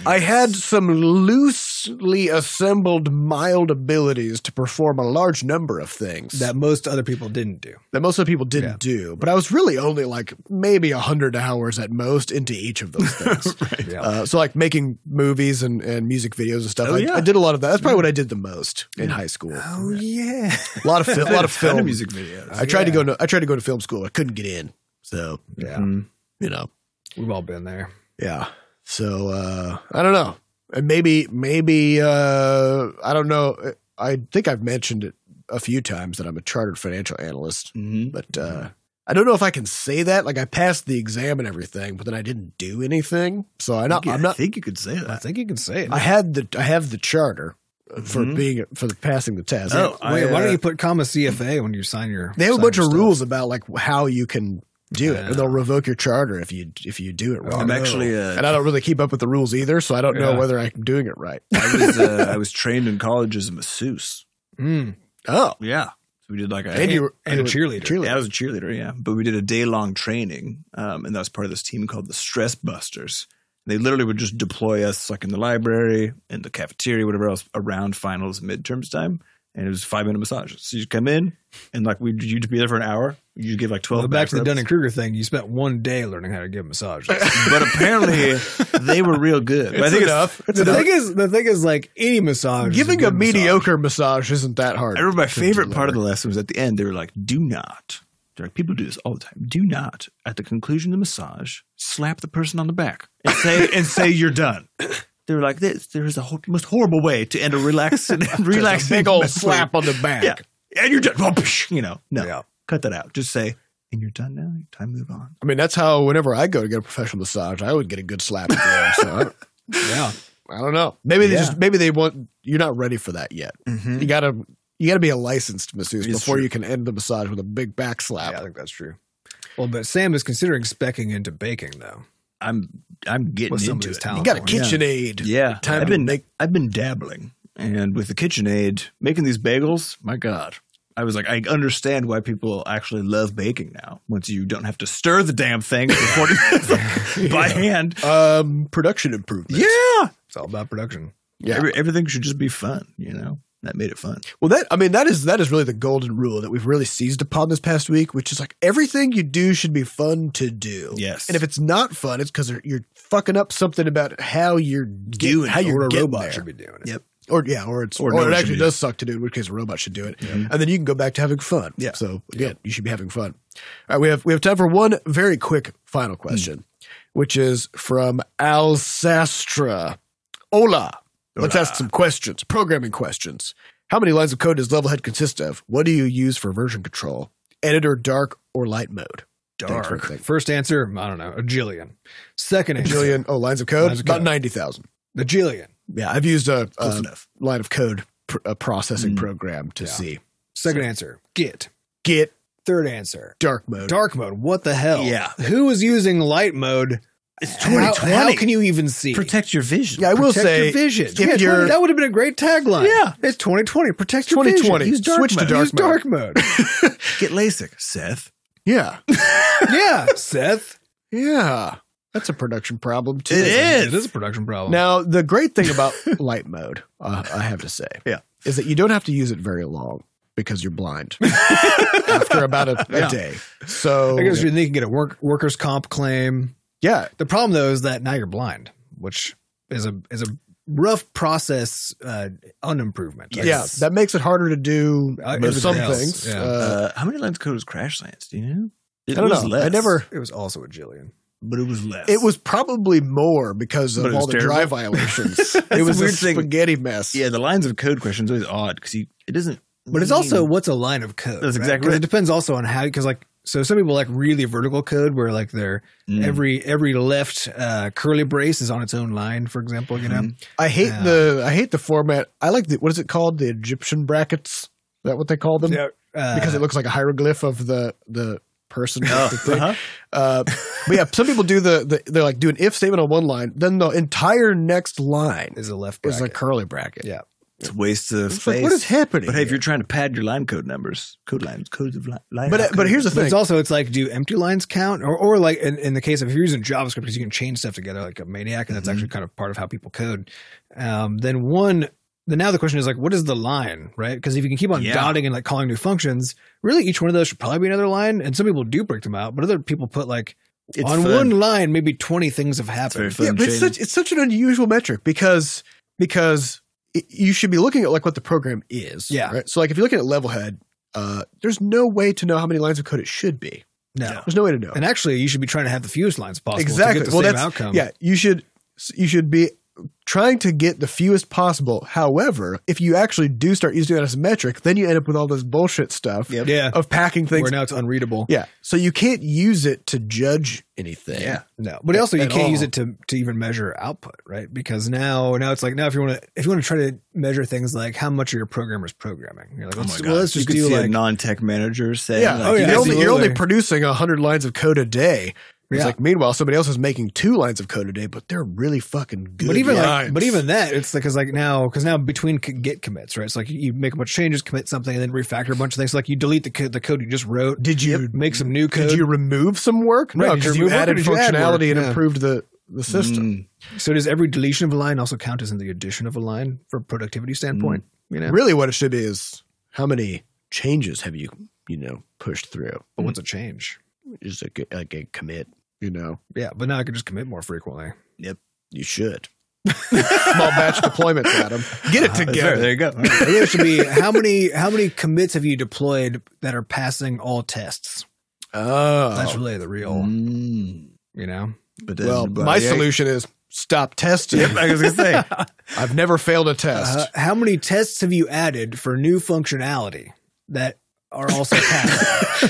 Speaker 2: I had some loosely assembled mild abilities to perform a large number of things
Speaker 3: that
Speaker 2: that,
Speaker 3: most other people didn't do.
Speaker 2: most of the people didn't
Speaker 3: Yeah.
Speaker 2: do. But I was really only like maybe hundred hours at most into each of those things.
Speaker 3: Yeah.
Speaker 2: Uh, so like making movies and, and music videos and stuff.
Speaker 1: Oh,
Speaker 2: I,
Speaker 1: yeah.
Speaker 2: I did a lot of that. That's probably what I did the most in high school.
Speaker 3: Mm-hmm. oh yeah.
Speaker 2: A lot of fil- a lot of
Speaker 1: Ton
Speaker 2: film.
Speaker 1: music videos.
Speaker 2: I tried to
Speaker 3: Yeah.
Speaker 2: go to I tried to go to film school. I couldn't get in. So
Speaker 3: Yeah.
Speaker 1: Mm.
Speaker 2: you know,
Speaker 3: We've all been there.
Speaker 2: yeah. So uh, I don't know. And Maybe maybe uh, I don't know. I think I've mentioned it a few times that I'm a chartered financial analyst,
Speaker 1: Mhm.
Speaker 2: but uh, I don't know if I can say that. Like I passed the exam and everything, but then I didn't do anything. So I not,
Speaker 1: Yeah,
Speaker 2: I'm
Speaker 1: I
Speaker 2: not.
Speaker 1: think you could say
Speaker 3: I
Speaker 1: that.
Speaker 3: think you can say it.
Speaker 2: uh, I had the I have the charter for
Speaker 1: Mhm.
Speaker 2: being for the passing the test.
Speaker 1: Oh, I,
Speaker 3: Wait, why
Speaker 1: uh,
Speaker 3: don't you put comma CFA when you sign your?
Speaker 2: They have a
Speaker 3: sign
Speaker 2: bunch
Speaker 3: your
Speaker 2: of
Speaker 3: stuff?
Speaker 2: rules about like how you can do it,
Speaker 3: Yeah.
Speaker 2: and they'll revoke your charter if you if you do it wrong.
Speaker 1: I'm actually. Uh,
Speaker 2: and I don't really keep up with the rules either, so I don't know
Speaker 3: Yeah.
Speaker 2: whether I'm doing it right.
Speaker 1: I was. Uh, I was trained in college as a masseuse.
Speaker 3: Mm.
Speaker 2: Oh,
Speaker 1: Yeah. So we did like a
Speaker 2: And you were-
Speaker 3: and a
Speaker 2: you were
Speaker 3: cheerleader.
Speaker 2: cheerleader.
Speaker 1: Yeah, I was a cheerleader, yeah. But we did a day long training, um, and that was part of this team called the Stress Busters. They literally would just deploy us like in the library, in the cafeteria, whatever else, around finals, midterms time. And it was five minute massages. So you'd come in, and like we'd you'd be there for an hour. You'd give like twelve.
Speaker 3: Well, back to the
Speaker 1: back
Speaker 3: Dunning
Speaker 1: rubs.
Speaker 3: Kruger thing. You spent one day learning how to give massages.
Speaker 1: But apparently, they were real good. But I think it's-
Speaker 2: It's
Speaker 3: the
Speaker 2: enough.
Speaker 3: thing is, the thing is, like any massage, is
Speaker 2: Giving a
Speaker 3: good massage.
Speaker 2: mediocre massage. isn't that hard.
Speaker 1: I remember my favorite part of the lesson was at the end. They were like, "Do not." They're like, people do this all the time. Do not, at the conclusion of the massage, slap the person on the back and say and say you're done. They were like, "This there is a ho- most horrible way to end a relaxing and
Speaker 2: Just a
Speaker 1: relaxing
Speaker 2: big old
Speaker 1: mess-
Speaker 2: slap on the back.
Speaker 1: Yeah, and you're done. You know, no,
Speaker 3: Yeah.
Speaker 1: cut that out. Just say, and you're done now. Time to move on.
Speaker 2: I mean, that's how whenever I go to get a professional massage, I would get a good slap. at the arm, so I, don't,
Speaker 3: Yeah,
Speaker 2: I don't know. Maybe they
Speaker 1: Yeah. Mm-hmm.
Speaker 2: just maybe they want you're not ready for that yet. You gotta you gotta be a licensed masseuse
Speaker 1: It's
Speaker 2: before
Speaker 1: true.
Speaker 2: you can end the massage with a big back slap.
Speaker 3: yeah, I think that's true. Well, but Sam is considering specking into baking, though.
Speaker 1: I'm I'm getting
Speaker 3: With
Speaker 1: into
Speaker 3: somebody's
Speaker 1: it.
Speaker 3: talent.
Speaker 2: You got a
Speaker 3: Yeah.
Speaker 2: KitchenAid.
Speaker 1: Yeah,
Speaker 2: Time
Speaker 1: I've
Speaker 2: to
Speaker 1: been
Speaker 2: make-
Speaker 1: I've been dabbling, and with the KitchenAid making these bagels, my God, I was like, I understand why people actually love baking now. Once you don't have to stir the damn thing for forty minutes by hand.
Speaker 2: Um, production improvement.
Speaker 1: Yeah,
Speaker 3: It's all about production.
Speaker 2: yeah.
Speaker 1: Every, everything should just be fun, you know. That made it fun.
Speaker 2: Well, that I mean, that is that is really the golden rule that we've really seized upon this past week, which is like everything you do should be fun to do.
Speaker 1: Yes.
Speaker 2: and if it's not fun, it's because you're fucking up something about how you're doing,
Speaker 1: Doing
Speaker 2: how
Speaker 1: it,
Speaker 2: you're
Speaker 3: or a
Speaker 2: getting
Speaker 3: robot
Speaker 2: there.
Speaker 3: should be doing it.
Speaker 1: Yep.
Speaker 2: or yeah, or it's
Speaker 1: Or
Speaker 2: or,
Speaker 1: no one
Speaker 2: it
Speaker 1: should
Speaker 2: actually
Speaker 1: do
Speaker 2: does suck to do, in which case a robot should do it, and then you can go back to having fun.
Speaker 1: Yeah.
Speaker 2: So again, you should be having fun. All right, we have we have time for one very quick final question, which is from Alsastra. Hola. Let's ask some questions, programming questions. How many lines of code does Levelhead consist of? What do you use for version control? Editor, dark, or light mode? Thanks for
Speaker 3: Dark.
Speaker 2: everything.
Speaker 3: First answer, I don't know, a jillion. Second answer,
Speaker 2: Jillian, oh, lines of code?
Speaker 3: Lines of
Speaker 2: About
Speaker 3: code.
Speaker 2: 90,000.
Speaker 3: a jillion.
Speaker 2: Yeah, I've used a,
Speaker 1: Close
Speaker 2: a
Speaker 1: enough.
Speaker 2: line of code pr- a processing
Speaker 1: Mm.
Speaker 2: program to
Speaker 3: Yeah.
Speaker 2: see.
Speaker 3: Second answer, Git.
Speaker 2: Get
Speaker 3: Third answer,
Speaker 2: dark mode.
Speaker 3: dark mode. What the hell?
Speaker 1: Yeah.
Speaker 3: Who is using light mode?
Speaker 1: "Ah, It's
Speaker 3: How,
Speaker 1: 2020.
Speaker 3: how can you even see?
Speaker 1: protect your vision?
Speaker 2: Yeah, I will
Speaker 3: Protect
Speaker 2: say
Speaker 3: your vision.
Speaker 2: if
Speaker 3: 2020,
Speaker 2: you're-
Speaker 3: that would have been a great tagline.
Speaker 1: Yeah.
Speaker 3: it's 2020. Protect your
Speaker 2: 2020.
Speaker 3: vision. Use dark
Speaker 2: Switch to
Speaker 3: mode.
Speaker 2: dark
Speaker 3: Use
Speaker 2: mode.
Speaker 3: dark mode.
Speaker 1: Get LASIK, Seth.
Speaker 2: Yeah.
Speaker 3: yeah, Seth.
Speaker 2: Yeah. That's a production problem too.
Speaker 1: It is.
Speaker 3: It is a production problem.
Speaker 2: Now, the great thing about light mode, uh, I have to say,
Speaker 1: Yeah.
Speaker 2: is that you don't have to use it very long because you're blind after about a, a
Speaker 3: Yeah.
Speaker 2: day. So,
Speaker 3: I guess you think you can get a work, workers' comp claim.
Speaker 2: yeah,
Speaker 3: The problem though is that now you're blind, which is a is a rough process uh, on improvement. I
Speaker 2: yeah,
Speaker 3: guess.
Speaker 2: that makes it harder to do
Speaker 3: Uh,
Speaker 2: with some
Speaker 3: everything else,
Speaker 2: things.
Speaker 3: yeah.
Speaker 2: Uh,
Speaker 1: Uh, how many lines of code was Crash Lands? Do you know? It
Speaker 2: I don't
Speaker 1: was
Speaker 2: know. I
Speaker 1: less,
Speaker 2: never.
Speaker 3: it was also a Jillian.
Speaker 1: but it was less.
Speaker 2: It was probably more because
Speaker 1: But
Speaker 2: of
Speaker 1: it
Speaker 2: all
Speaker 1: was
Speaker 2: the dry
Speaker 1: terrible.
Speaker 2: violations.
Speaker 1: That's
Speaker 2: it was
Speaker 1: the
Speaker 2: a
Speaker 1: weird thing.
Speaker 2: spaghetti mess.
Speaker 1: Yeah, the lines of code question is always odd because it doesn't.
Speaker 3: But it's
Speaker 1: mean-
Speaker 3: also what's a line of code.
Speaker 1: That's exactly
Speaker 3: 'Cause
Speaker 1: right.
Speaker 3: It depends also on how because like so some people like really vertical code where like their
Speaker 1: Mm.
Speaker 3: every every left uh, curly brace is on its own line. For example, you know.
Speaker 1: Mhm.
Speaker 2: I hate
Speaker 3: Yeah.
Speaker 2: the I hate the format. I like the what is it called? The Egyptian brackets. Is that what they call them?
Speaker 3: Uh,
Speaker 2: because it looks like a hieroglyph of the the person.
Speaker 1: Oh,
Speaker 2: with the thing.
Speaker 1: uh-huh.
Speaker 2: Uh, but yeah, some people do the, the they're like do an if statement on one line, then the entire next line
Speaker 3: is a left
Speaker 2: is a
Speaker 3: bracket.
Speaker 2: curly bracket.
Speaker 3: Yeah.
Speaker 1: It's a waste of
Speaker 2: It's
Speaker 1: space.
Speaker 2: like, what is happening?
Speaker 1: but hey, if
Speaker 2: here?
Speaker 1: you're trying to pad your line code numbers, code lines, codes of li- line.
Speaker 2: but uh, but here's the
Speaker 3: But
Speaker 2: thing.
Speaker 3: it's also it's like do empty lines count or or like in, in the case of if you're using JavaScript because you can change stuff together like a maniac and that's
Speaker 1: Mhm.
Speaker 3: actually kind of part of how people code. Um, then one then now the question is like what is the line right? Because if you can keep on
Speaker 1: Yeah.
Speaker 3: dotting and like calling new functions, really each one of those should probably be another line. And some people do break them out, but other people put like
Speaker 1: It's
Speaker 3: on
Speaker 1: fun.
Speaker 3: one line maybe twenty things have
Speaker 1: It's very
Speaker 3: happened.
Speaker 1: fun.
Speaker 2: yeah, but it's
Speaker 1: Shane.
Speaker 2: such it's such an unusual metric because because it, you should be looking at like what the program is.
Speaker 3: Yeah.
Speaker 2: Right? So like if you're looking at level head, uh, there's no way to know how many lines of code it should be.
Speaker 3: No.
Speaker 2: There's no way to know.
Speaker 3: And actually, you should be trying to have the fewest lines possible
Speaker 2: Exactly.
Speaker 3: to get the
Speaker 2: Well,
Speaker 3: same
Speaker 2: that's-
Speaker 3: outcome.
Speaker 2: Yeah, you should you should be trying to get the fewest possible. However, if you actually do start using that as a metric, then you end up with all this bullshit stuff
Speaker 1: Yep.
Speaker 3: yeah.
Speaker 2: of packing things.
Speaker 3: Where now it's unreadable.
Speaker 2: yeah, so you can't use it to judge anything.
Speaker 1: yeah.
Speaker 3: No, but also you
Speaker 2: at
Speaker 3: can't
Speaker 2: all.
Speaker 3: use it to to even measure output, right? Because now now it's like now if you want to if you want to try to measure things like how much of your programmer's programming, you're like,
Speaker 1: Oh my
Speaker 3: let's,
Speaker 1: god!
Speaker 3: well, let's
Speaker 1: you
Speaker 3: just
Speaker 1: could
Speaker 3: do
Speaker 1: see a
Speaker 3: like
Speaker 1: non-tech manager saying,
Speaker 2: Yeah,
Speaker 1: like,
Speaker 3: Oh,
Speaker 1: you
Speaker 2: You're,
Speaker 3: yeah.
Speaker 1: guys
Speaker 2: only, you're
Speaker 3: absolutely.
Speaker 2: only producing hundred lines of code a day. It's
Speaker 3: Yeah.
Speaker 2: like meanwhile somebody else is making two lines of code a day, but they're really fucking good.
Speaker 3: but even
Speaker 2: lines.
Speaker 3: like, but even that it's like because like now because now between c- git commits right it's like you make a bunch of changes commit something and then refactor a bunch of things so like you delete the code the code you just wrote
Speaker 2: did you
Speaker 3: make some new
Speaker 2: did
Speaker 3: code
Speaker 2: you remove some work?
Speaker 3: Right,
Speaker 2: no,
Speaker 3: did you
Speaker 2: because you,
Speaker 3: remove work or
Speaker 2: added
Speaker 3: did you add work?
Speaker 2: functionality and
Speaker 3: Yeah.
Speaker 2: improved the the
Speaker 1: Mm,
Speaker 2: system.
Speaker 3: so does every deletion of a line also count as in the addition of a line from productivity standpoint you know
Speaker 2: Really, what it should be is how many changes have you, you know, pushed through?
Speaker 1: Mm-hmm.
Speaker 3: but what's a change
Speaker 2: Is it g- like a commit? You know,
Speaker 3: yeah but now I can just commit more frequently
Speaker 2: you should. Small batch deployments, Adam. Get it
Speaker 1: that's fair.
Speaker 2: together.
Speaker 1: Ah, There you go.
Speaker 3: I think it should be how many how many commits have you deployed that are passing all tests?
Speaker 2: Oh,
Speaker 3: That's really the real,
Speaker 1: Mm.
Speaker 3: you know.
Speaker 1: But then,
Speaker 2: well,
Speaker 1: but-
Speaker 2: my
Speaker 1: yeah.
Speaker 2: solution is stop testing.
Speaker 1: Yep, I was gonna say.
Speaker 2: I've never failed a test.
Speaker 3: Uh, how many tests have you added for new functionality that are also passing?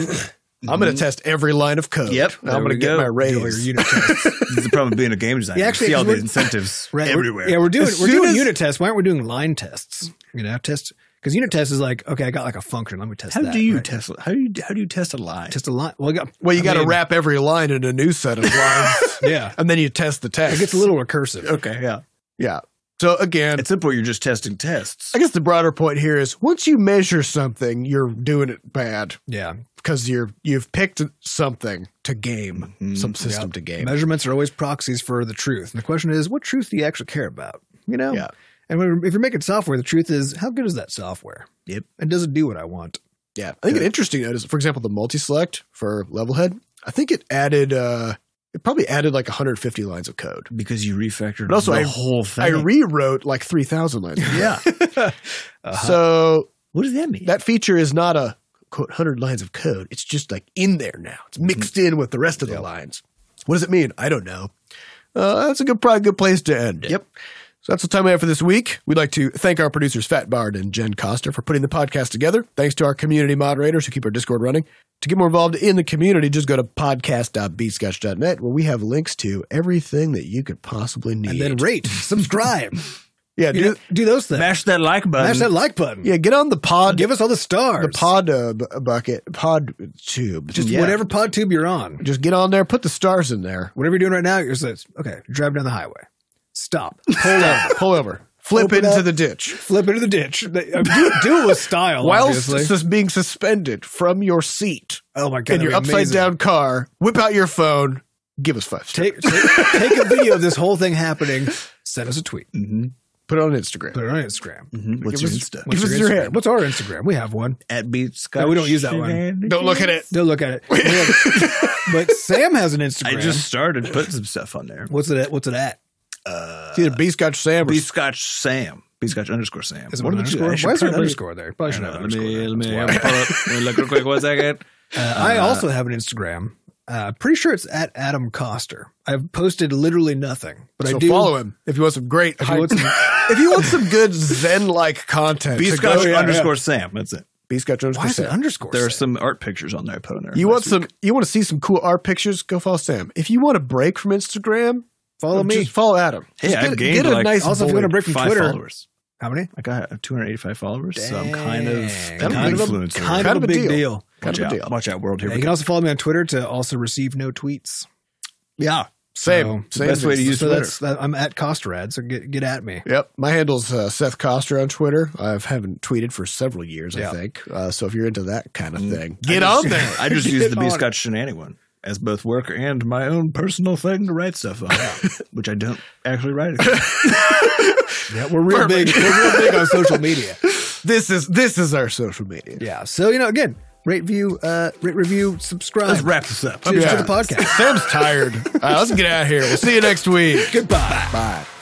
Speaker 2: I'm
Speaker 1: mm,
Speaker 2: going to test every line of code.
Speaker 1: Mm-hmm. Yep,
Speaker 2: And
Speaker 1: there
Speaker 2: I'm going
Speaker 1: we
Speaker 2: to get
Speaker 1: go.
Speaker 2: my
Speaker 3: Do all your
Speaker 2: raise.
Speaker 3: unit tests.
Speaker 1: This is the problem of being a game designer.
Speaker 3: Yeah,
Speaker 1: You
Speaker 3: actually,
Speaker 1: see all the
Speaker 3: we're-
Speaker 1: incentives
Speaker 3: Right, we're-
Speaker 1: everywhere.
Speaker 3: yeah, we're doing
Speaker 2: As
Speaker 3: we're
Speaker 2: soon
Speaker 3: doing
Speaker 2: as-
Speaker 3: unit tests. Why aren't we doing line tests? You know, test because unit test is like okay, I got like a function. Let me test.
Speaker 1: how
Speaker 3: that,
Speaker 1: do you
Speaker 3: right?
Speaker 1: test? How do you how do you test a line?
Speaker 3: test a line? Well, I got,
Speaker 2: well, you
Speaker 3: I
Speaker 2: got to
Speaker 3: mean,
Speaker 2: wrap every line in a new set of lines,
Speaker 3: Yeah,
Speaker 2: and then you test the test.
Speaker 3: it gets a little recursive.
Speaker 1: Okay, yeah.
Speaker 2: yeah. So again,
Speaker 1: At some point, you're just testing tests.
Speaker 2: I guess the broader point here is once you measure something, you're doing it bad.
Speaker 3: Yeah,
Speaker 2: because you're you've picked something to game
Speaker 1: Mhm.
Speaker 2: some system to game.
Speaker 3: Measurements are always proxies for the truth. And the question is, what truth do you actually care about? You know?
Speaker 2: Yeah.
Speaker 3: And when, if you're making software, the truth is, how good is that software?
Speaker 1: Yep.
Speaker 3: And does it do what I want?
Speaker 2: Yeah, I think an interesting note is, for example, the multi-select for Levelhead. I think it added uh it probably added like 150 lines of code.
Speaker 1: because you refactored
Speaker 2: But also
Speaker 1: the
Speaker 2: I-
Speaker 1: whole thing.
Speaker 2: I rewrote like 3,000 lines.
Speaker 1: yeah.
Speaker 2: So
Speaker 1: What does that mean?
Speaker 2: that feature is not a quote 100 lines of code. It's just like in there now. It's
Speaker 3: Mm-hmm.
Speaker 2: mixed in with the rest of the lines. What does it mean? I don't know. Uh, that's a good probably a good place to end. It.
Speaker 1: Yep.
Speaker 2: So that's the time we have for this week. We'd like to thank our producers, Fat Bard and Jen Coster, for putting the podcast together. Thanks to our community moderators who keep our Discord running. To get more involved in the community, just go to podcast.bscotch.net where we have links to everything that you could possibly need.
Speaker 3: And then rate, subscribe,
Speaker 2: yeah,
Speaker 3: you
Speaker 2: do,
Speaker 3: know, do those things. Mash,
Speaker 1: Mash that like button.
Speaker 3: that like button.
Speaker 2: yeah, get on the pod,
Speaker 3: Give us all the stars.
Speaker 2: the pod uh, bu- bucket, pod tube.
Speaker 3: Just
Speaker 1: Yeah.
Speaker 3: whatever pod tube you're on.
Speaker 2: Just get on there, put the stars in there,
Speaker 3: Whatever you're doing right now, you're just like, okay, you're driving down the highway. Stop. Pull over.
Speaker 2: pull over, flip
Speaker 3: Open
Speaker 2: into
Speaker 3: up.
Speaker 2: the ditch.
Speaker 3: Flip into the ditch. They- I mean, Do, do it with style,
Speaker 2: Whilst
Speaker 3: obviously.
Speaker 2: sus- being suspended from your seat
Speaker 3: oh my God.
Speaker 2: in your
Speaker 3: that'd be
Speaker 2: upside
Speaker 3: amazing.
Speaker 2: down car, whip out your phone, give us five. stars.
Speaker 3: Take, take take a video of this whole thing happening. Send us a tweet.
Speaker 1: Mm-hmm.
Speaker 2: Put it on Instagram.
Speaker 3: Put it on Instagram.
Speaker 1: Mm-hmm. What's your
Speaker 3: Give
Speaker 1: Insta?
Speaker 3: What's
Speaker 2: Give us your
Speaker 3: your Instagram?
Speaker 2: hand.
Speaker 3: What's our Instagram? We have one.
Speaker 1: At Beat Scott.
Speaker 3: No, we don't use that one.
Speaker 1: Shenanigans?
Speaker 2: Don't look at it.
Speaker 3: Don't look at it. We have- but Sam has an Instagram.
Speaker 1: I just started putting some stuff on there.
Speaker 3: what's it at? What's it at?
Speaker 1: Uh,
Speaker 2: It's either B Scotch Sam or
Speaker 1: Beat Scotch Sam. Beat Scotch underscore Sam.
Speaker 3: Is it
Speaker 1: What
Speaker 3: an
Speaker 1: did you do?
Speaker 3: underscore?
Speaker 1: I
Speaker 3: Why is
Speaker 1: should
Speaker 3: there an
Speaker 1: probably-
Speaker 3: underscore there? Probably should have an
Speaker 1: Let
Speaker 3: underscore.
Speaker 1: me
Speaker 3: there.
Speaker 1: let me
Speaker 3: That's
Speaker 1: have
Speaker 3: why.
Speaker 1: a pull up. Let me look real quick. One second.
Speaker 3: Uh, I also have an Instagram. Uh, pretty sure it's at Adam Coster. I've posted literally nothing, but
Speaker 2: so
Speaker 3: I do
Speaker 2: follow him if you want some great.
Speaker 3: If you want some-
Speaker 2: if you want some good Zen like content,
Speaker 1: Beat
Speaker 2: to go-
Speaker 1: Scotch
Speaker 2: yeah, yeah.
Speaker 1: underscore Sam. That's it.
Speaker 2: B Scotch underscore
Speaker 3: Why is it
Speaker 2: Sam.
Speaker 3: underscore?
Speaker 1: There are
Speaker 3: Sam?
Speaker 1: some art pictures on there I put on there.
Speaker 2: You want
Speaker 1: last
Speaker 2: some? You want to see some cool art pictures? Go follow Sam. If you want a break from Instagram,
Speaker 3: follow me.
Speaker 2: Just follow Adam.
Speaker 1: Hey,
Speaker 2: Just
Speaker 1: I've
Speaker 2: get,
Speaker 1: gained,
Speaker 2: get a
Speaker 1: like,
Speaker 2: nice.
Speaker 3: also, if you
Speaker 2: void.
Speaker 3: want to break
Speaker 1: week.
Speaker 3: from
Speaker 1: Five
Speaker 3: Twitter,
Speaker 1: followers.
Speaker 3: how many?
Speaker 1: Like I have 285 followers, so I'm kind of
Speaker 3: Dang.
Speaker 1: an
Speaker 2: Kind of a-
Speaker 1: influencer.
Speaker 3: Kind of a big deal.
Speaker 2: kind
Speaker 1: Watch
Speaker 2: of a
Speaker 1: out.
Speaker 2: deal.
Speaker 1: Watch out, world. Here
Speaker 3: Yeah,
Speaker 1: we
Speaker 3: you can also follow me on Twitter to also receive no tweets.
Speaker 1: Yeah.
Speaker 2: Same.
Speaker 3: So,
Speaker 2: same
Speaker 1: best way to
Speaker 2: thing.
Speaker 1: use-
Speaker 3: So
Speaker 1: Twitter.
Speaker 3: that's that, I'm at Costerad. So get get at me.
Speaker 2: Yep, my handle's uh, Seth Coster on Twitter. I haven't tweeted for several years,
Speaker 3: Yeah.
Speaker 2: I think. Uh, so if you're into that kind of
Speaker 1: Mm.
Speaker 2: thing,
Speaker 1: I
Speaker 2: get
Speaker 1: just-
Speaker 2: on there.
Speaker 1: I just used the
Speaker 3: Get on
Speaker 1: B
Speaker 3: it.
Speaker 1: Scotch Shenanigan one as both work and my own personal thing to write stuff on, which I don't actually write.
Speaker 3: Yeah, we're real
Speaker 2: Perfect.
Speaker 3: big. We're real big on social media.
Speaker 2: This is this is our social media.
Speaker 3: Yeah. So you know, again, rate, view, uh, rate, review, subscribe.
Speaker 1: Let's wrap this up.
Speaker 3: Cheers
Speaker 2: Yeah.
Speaker 3: to the podcast.
Speaker 2: Sam's tired. All right, let's get out of here. We'll see you next week.
Speaker 3: Goodbye.
Speaker 2: Bye.